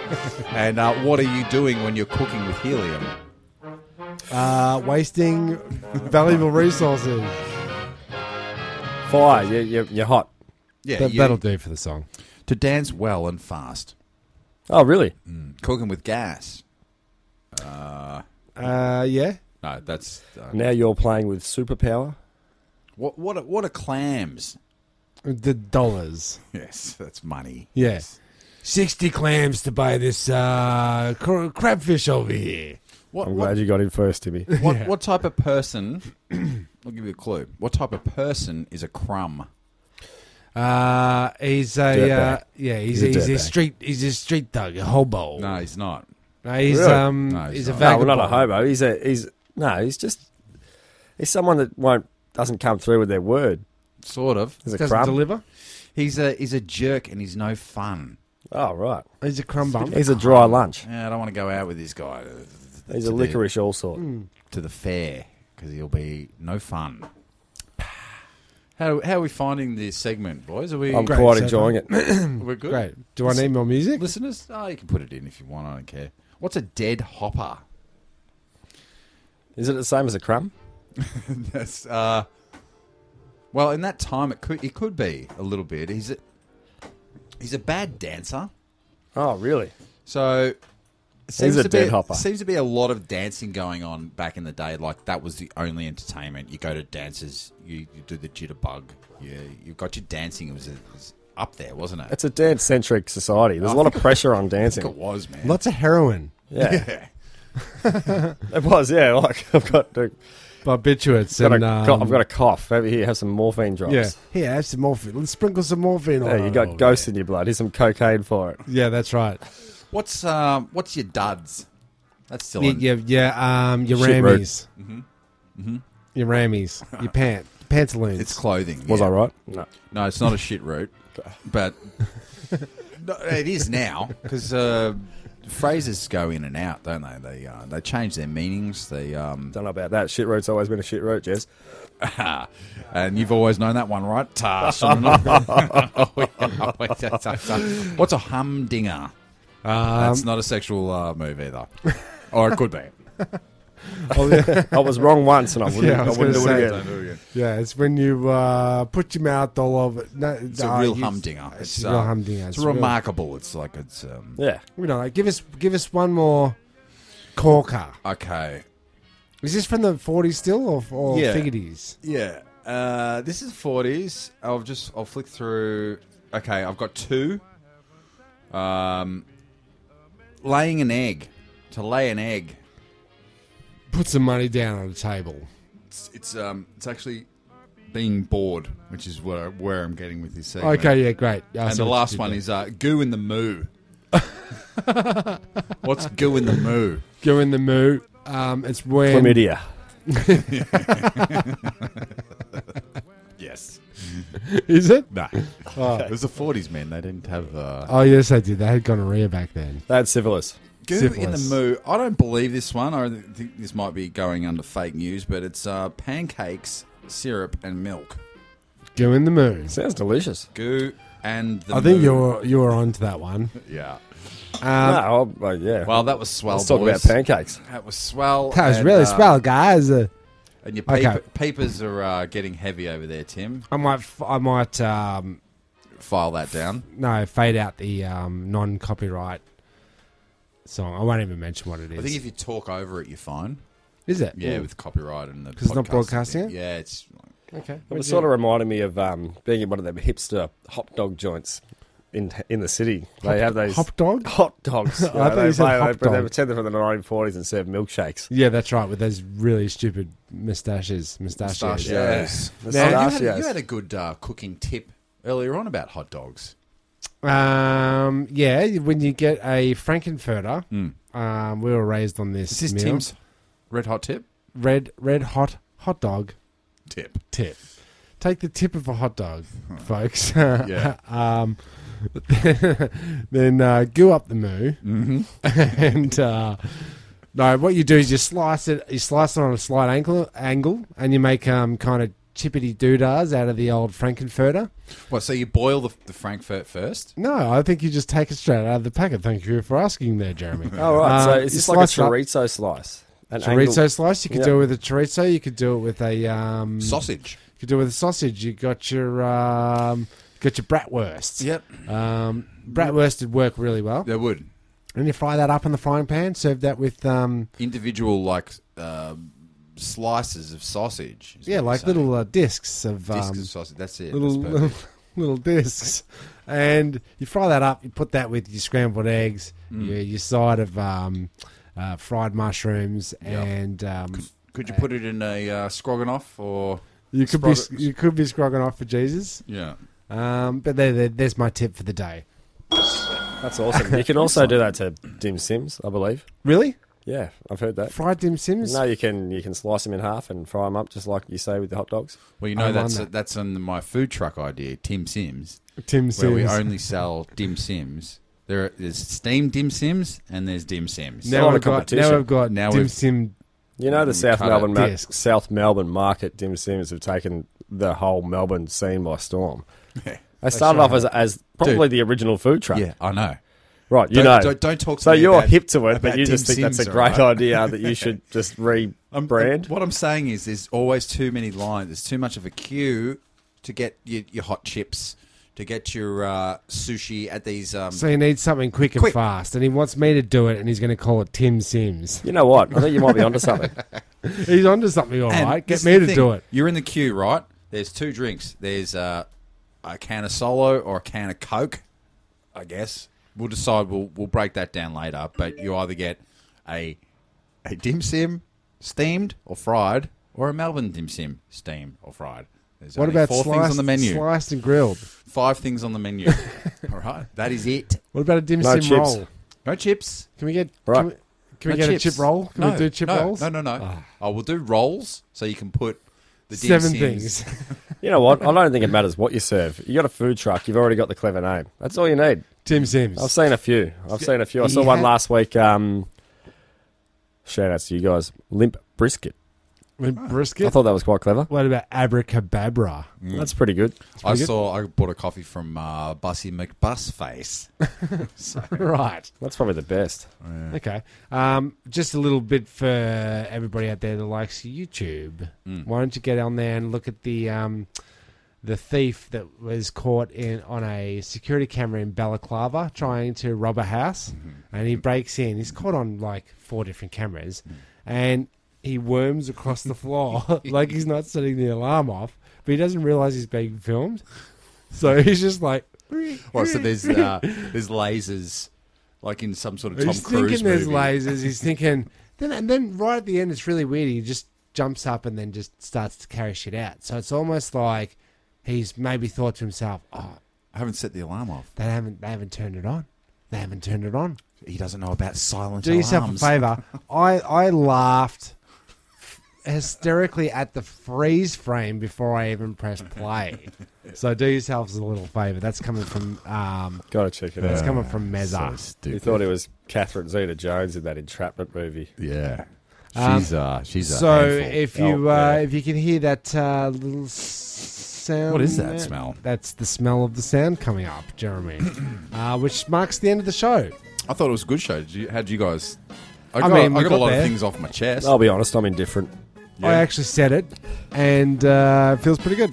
D: and uh, what are you doing when you're cooking with helium?
E: Uh, wasting valuable resources.
F: Fire, you, you, you're hot.
D: Yeah,
E: That,
D: you-
E: that'll do for the song.
D: to dance well and fast.
F: Oh, really?
D: Cooking with gas.
E: Uh, yeah.
D: No, that's uh,
F: Now you're playing with superpower.
D: what what are, what are clams?
E: The dollars.
D: Yes, that's money.
E: Yes. 60 clams to buy this uh, cra- crabfish over here.
D: What
F: I'm
D: what,
F: glad you got in first, Timmy.
D: what, what type of person? I'll give you a clue. What type of person is a crumb?
E: Uh, he's a uh,
F: Dirtbag.
E: yeah, he's,
F: He's a
E: a, he's a
F: dirtbag.
E: street he's a street thug, a hobo.
D: No, he's not.
E: No, he's
F: Really?
E: um
D: No, he's
E: he's a
D: not.
F: no,
E: vagabond.
F: well, not a hobo. He's a he's no. He's just he's someone that won't doesn't come through with their word.
D: Sort of.
F: He's a
E: Doesn't
F: crumb.
E: deliver.
D: He's a he's a jerk and he's no fun.
F: Oh right.
E: He's a crumb bum.
F: He's a dry lunch.
D: Yeah, I don't want to go out with this guy. the,
F: He's
D: to the-
F: a licorice all sort.
E: Mm.
D: to the fair because he'll be no fun. How, how are we finding this segment, boys? Are we
F: I'm
E: Great,
F: quite
E: so
F: enjoying it.
D: we're good?
E: Great. Do I need more music?
D: Listeners, oh, you can put it in if you want. I don't care. What's a dead hopper?
F: Is it the same as a crumb?
D: That's uh, well, in that time, it could it could be a little bit. He's a, he's a bad dancer,
F: Oh, really?
D: so it seems
F: a
D: to be-
F: dead hopper.
D: Seems to be a lot of dancing going on back in the day. Like that was the only entertainment. You go to dances, you, you do the jitterbug. You you've got your dancing. It was, it was up there, wasn't it?
F: It's a dance-centric society.
E: Oh.
F: There's a lot of pressure on
D: I think it
F: dancing.
D: was man.
E: Lots of heroin,
F: Yeah, it was. Yeah, like I've got, to,
E: barbiturates,
F: got a
E: and
F: co-
E: um,
F: I've got a cough. Over here, have some morphine drops.
E: yeah. Here, have some morphine. Let's sprinkle some morphine.
F: Yeah,
E: on
F: you
E: it.
D: Oh,
F: got ghosts in your blood. Here's some cocaine for it.
E: Yeah, that's right.
D: What's um what's your duds? That's still
E: Yeah,
D: in-
E: yeah, yeah um, your
F: Shit road.
E: rammies. Mm-hmm. Your rammies. Your pant. Pantaloons.
D: it's clothing.
F: Was
D: yeah.
F: I right? No.
D: No, it's not a shit route, but no, it is now because uh, phrases go in and out, don't they? They uh, they change their meanings. They um,
F: Don't know about that. Shit road's always been a shit road, Jez.
D: and you've always known that one, right? Ta, son of a- Oh, What's a humdinger?
E: Um,
D: That's not a sexual uh, move either, or it could be.
F: I was wrong once, and I wouldn't,
E: Yeah, I
F: I
E: was
F: wouldn't do
E: gonna
F: it
E: say.
F: again.
E: Yeah, it's when you uh, put your mouth all over. No, uh,
D: It's a real humdinger.
E: It's, a real
D: uh,
E: humdinger.
D: It's,
E: It's real-
D: remarkable. It's like it's um,
F: Yeah.
E: You know, like, give us give us one more corker.
D: okay.
E: Is this from the 40s still or, or
D: Yeah.
E: 50s?
D: Yeah. Uh, this is forties. I'll just I'll flick through. Okay, I've got two. Um, laying an egg. To lay an egg.
E: Put some money down on a table.
D: It's it's um it's actually being bored, which is where where I'm getting with this segment.
E: Okay, yeah, great. I
D: And
E: see
D: the
E: what you
D: last
E: did
D: one
E: there.
D: is uh, goo in the moo. What's goo in the moo?
E: go in the moo. Um, it's when
F: Chlamydia.
D: Yes.
E: is it?
D: Nah.
E: Ah.
D: It was the forties, man. They didn't have. Uh...
E: Oh yes, they did. They had gonorrhea back then.
F: That's syphilis.
D: Goo in the
E: Syphilis.
D: moo. I don't believe this one. I think this might be going under fake news, but it's uh, pancakes, syrup, and milk.
E: Go in the moo.
F: Sounds delicious.
D: Goo and the
E: I think
D: moo.
E: you're you were onto that one.
D: Yeah.
E: Um,
F: no, I'll, well, yeah.
D: Well, that was swell,
F: Let's talk
D: boys.
F: about pancakes.
D: That was swell.
E: That was
D: and,
E: really
D: uh,
E: swell, guys. Uh,
D: And your
E: Okay.
D: paper, papers are uh, getting heavy over there, Tim.
E: I might f- I might um,
D: File that down.
E: no fade out the um, non copyright song. I won't even mention what it is.
D: I think if you talk over it, you're fine.
E: is it?
D: Yeah, with copyright and the
E: 'Cause it's not
D: podcast
E: broadcasting
D: thing.
E: it?
D: Yeah, it's
E: okay.
F: It was sort of reminded me of um, being in one of them hipster hot dog joints in in the city. They have those
E: hot dog?
F: hot dogs. you
E: I
F: know,
E: thought
F: they,
E: you said
F: play-
E: hop
F: they- but they
E: dog.
F: pretend they're from the 1940s and serve milkshakes.
E: Yeah, that's right. With those really stupid mustaches, mustachios.
D: pistachios. Oh,
F: Yeah.
D: you, had, a-
F: Pistachios.
D: you had a good uh, cooking tip earlier on about hot dogs.
E: Um, yeah, when you get a Frankenfurter, um, we were raised on this.
D: Hmm. Is this
E: meal.
D: Tim's red hot tip?
E: red red hot hot dog
D: Tip.
E: tip. Take the tip of a hot dog, folks.
D: Yeah.
E: um, then uh, goo up the moo,
F: Mm-hmm.
E: and uh, no, what you do is you slice it. You slice it on a slight angle, angle, and you make um kind of chippity doodahs out of the old Frankenfurter.
D: Well, so you boil the, the Frankfurt first?
E: No, I think you just take it straight out of the packet. Thank you for asking, there, Jeremy.
F: Oh, right. so
E: Um,
F: is
E: you
F: this like a
E: slice it up.
F: chorizo slice? An
E: chorizo
F: angled-
E: slice. You could
F: Yeah.
E: do it with a chorizo. You could do it with a um,
D: Sausage.
E: You could do it with a sausage. You got your um, got your bratwurst.
D: Yep.
E: Um, bratwurst would work really well.
D: There would.
E: And you fry that up in the frying pan. Serve that with um,
D: Individual, like, um slices of sausage. is
E: yeah,
D: what
E: like
D: you're saying.
E: little uh, discs of um,
D: Discs of sausage. That's it.
E: little
D: That's
E: little,
D: perfect.
E: little discs, and you fry that up. You put that with your scrambled eggs,
D: Mm.
E: your, your side of um, uh, fried mushrooms, and um,
D: Could you put it in a uh, stroganoff or.
E: you could
D: Sprog-
E: be you could be scrogging off for Jesus.
D: Yeah.
E: Um, but there, there, there's my tip for the day.
F: That's awesome. You can also do that to dim sims, I believe.
E: Really,
F: Yeah, I've heard that.
E: fried dim sims?
F: No, you can you can slice them in half and fry them up just like you say with the hot dogs.
D: Well, you
E: I
D: know,
E: want
D: that's
E: that.
D: that's on my food truck idea, Tim Sims,
E: Tim
D: where
E: Sims.
D: we only sell Dim Sims. There are, there's Steam Dim Sims and there's Dim Sims.
F: a
E: Now
F: lot
E: we've
F: of
E: got
F: competition.
E: now we've got
D: Now
E: Dim
D: we've-
E: Sim.
F: You know the South
D: Mm, cut
F: Melbourne
E: it.
F: ma-
E: Discs.
F: South Melbourne market dim sims have taken the whole Melbourne scene by storm. They started off as, as probably the original food truck.
D: Yeah, I know.
F: Right, you
D: Don't-
F: know.
D: don't- don't talk to
F: So
D: me
F: you're
D: about-
F: hip to it, but
D: about
F: you just
D: Dim
F: think that's a
D: Sims,
F: great
D: alright.
F: idea that you should just
D: I'm-
F: rebrand.
D: What I'm saying is, there's always too many lines. There's too much of a queue to get your, your hot chips, to get your uh, sushi at these. Um,
E: So he needs something quick and
D: Quick.
E: fast, and he wants me to do it, and he's going to call it Tim Sims.
F: You know what? I think you might be onto something.
E: He's onto something, all right.
D: and this
E: Get
D: is
E: me
D: the
E: to
D: thing.
E: do it.
D: You're in the queue, right? There's two drinks. There's uh, a can of Solo or a can of Coke. I guess we'll decide. We'll we'll break that down later. But you either get a a dim sim steamed or fried, or a Melbourne dim sim steamed or fried. There's
E: What
D: only
E: about
D: four
E: sliced,
D: things on the menu?
E: sliced and grilled?
D: Five things on the menu. All right, that is it.
E: What about a Dim
F: No
E: Sim
F: chips.
E: roll?
D: No chips.
E: Can we get
F: Right.
E: can we, can we
D: no
E: get
D: chips.
E: a chip roll? Can
D: no,
E: we do chip
D: no,
E: rolls? Ah.
D: No, no, no. I will do rolls, so you can put the dim
E: Seven
D: sims.
E: things.
F: You know what? I don't think it matters what you serve. You got a food truck. You've already got the clever name. That's all you need.
E: Tim Sims.
F: I've seen a few. I've seen a few. I saw
D: He
F: one
D: had-
F: last week. Um, shout outs to you guys. Limp brisket.
E: With
F: I
E: brisket.
F: thought that was quite clever.
E: What about abracababra?
D: Mm.
F: That's pretty good.
D: I saw. I bought a coffee from uh, Bussy McBusface.
E: Right.
F: That's probably the best.
E: Okay. Um, just a little bit for everybody out there that likes YouTube. Why don't you get on there and look at the um, the thief that was caught in on a security camera in Balaclava trying to rob a house, and he breaks in. He's caught on like four different cameras, and he worms across the floor like he's not setting the alarm off, but he doesn't realize he's being filmed. So he's just like.
D: Well, so there's uh, there's lasers, like in some sort of Tom
E: he's
D: Cruise
E: thinking there's
D: movie.
E: lasers. He's thinking then, and then right at the end, it's really weird. He just jumps up and then just starts to carry shit out. So it's almost like he's maybe thought to himself, "Oh,
D: I haven't set the alarm off.
E: they haven't they haven't turned it on. They haven't turned it on."
D: He doesn't know about silent
E: Do yourself a
D: alarms.
E: favor. I I laughed hysterically at the freeze frame before I even pressed play. So do yourselves a little favor. That's coming from um,
F: Got to check it
E: that's
F: out.
E: coming from Mezza.
F: You
D: Stupid.
F: thought it was Catherine Zeta-Jones in that entrapment movie.
D: Yeah.
E: Um,
D: She's uh she's a
E: So
D: handful.
E: if you
F: Oh,
E: uh,
F: yeah.
E: if you can hear that uh, little s- sound,
D: What is that
E: there?
D: smell?
E: That's the smell of the sound coming up, Jeremy, uh, which marks the end of the show.
D: I thought it was a good show. Did you, how'd you guys? I got,
E: mean, we
D: I got,
E: got
D: a lot
E: there.
D: of things off my chest.
F: I'll be honest, I'm indifferent.
E: I actually said it, and uh, it feels pretty good.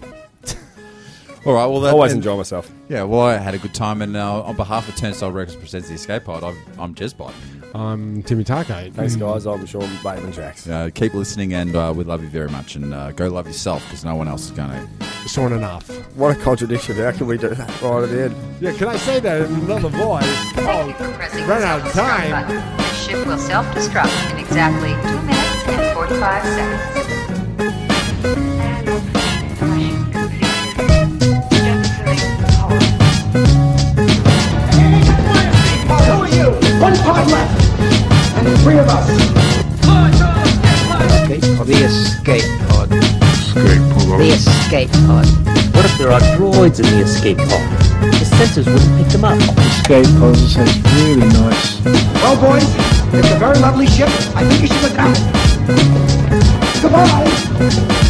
D: All right. Well, that,
F: Always
D: and-
F: enjoy myself.
D: Yeah. Well, I had a good time, and uh, on behalf of Turnstile Records presents the Escape Pod, I'm, I'm Jezbot.
E: I'm Timmy Taco.
F: Thanks, guys. I'm Sean Bateman Jacks.
D: Uh, keep listening, and uh, we love you very much. And uh, go love yourself, because no one else is going to.
E: Sean enough.
F: What a contradiction. How can we do that right at the end?
E: Yeah, can I say that in another voice?
J: Thank you for pressing
E: Oh, Run
J: the
E: out of
J: self-destruct
E: time.
J: button. The ship will self-destruct in exactly 2 minutes and 45 seconds.
K: The escape pod. The escape pod. What if there are droids in the escape pod? The sensors wouldn't pick them up. Escape pod sounds really nice.
L: Well, boys, it's a very lovely ship. I think you should go down. Goodbye.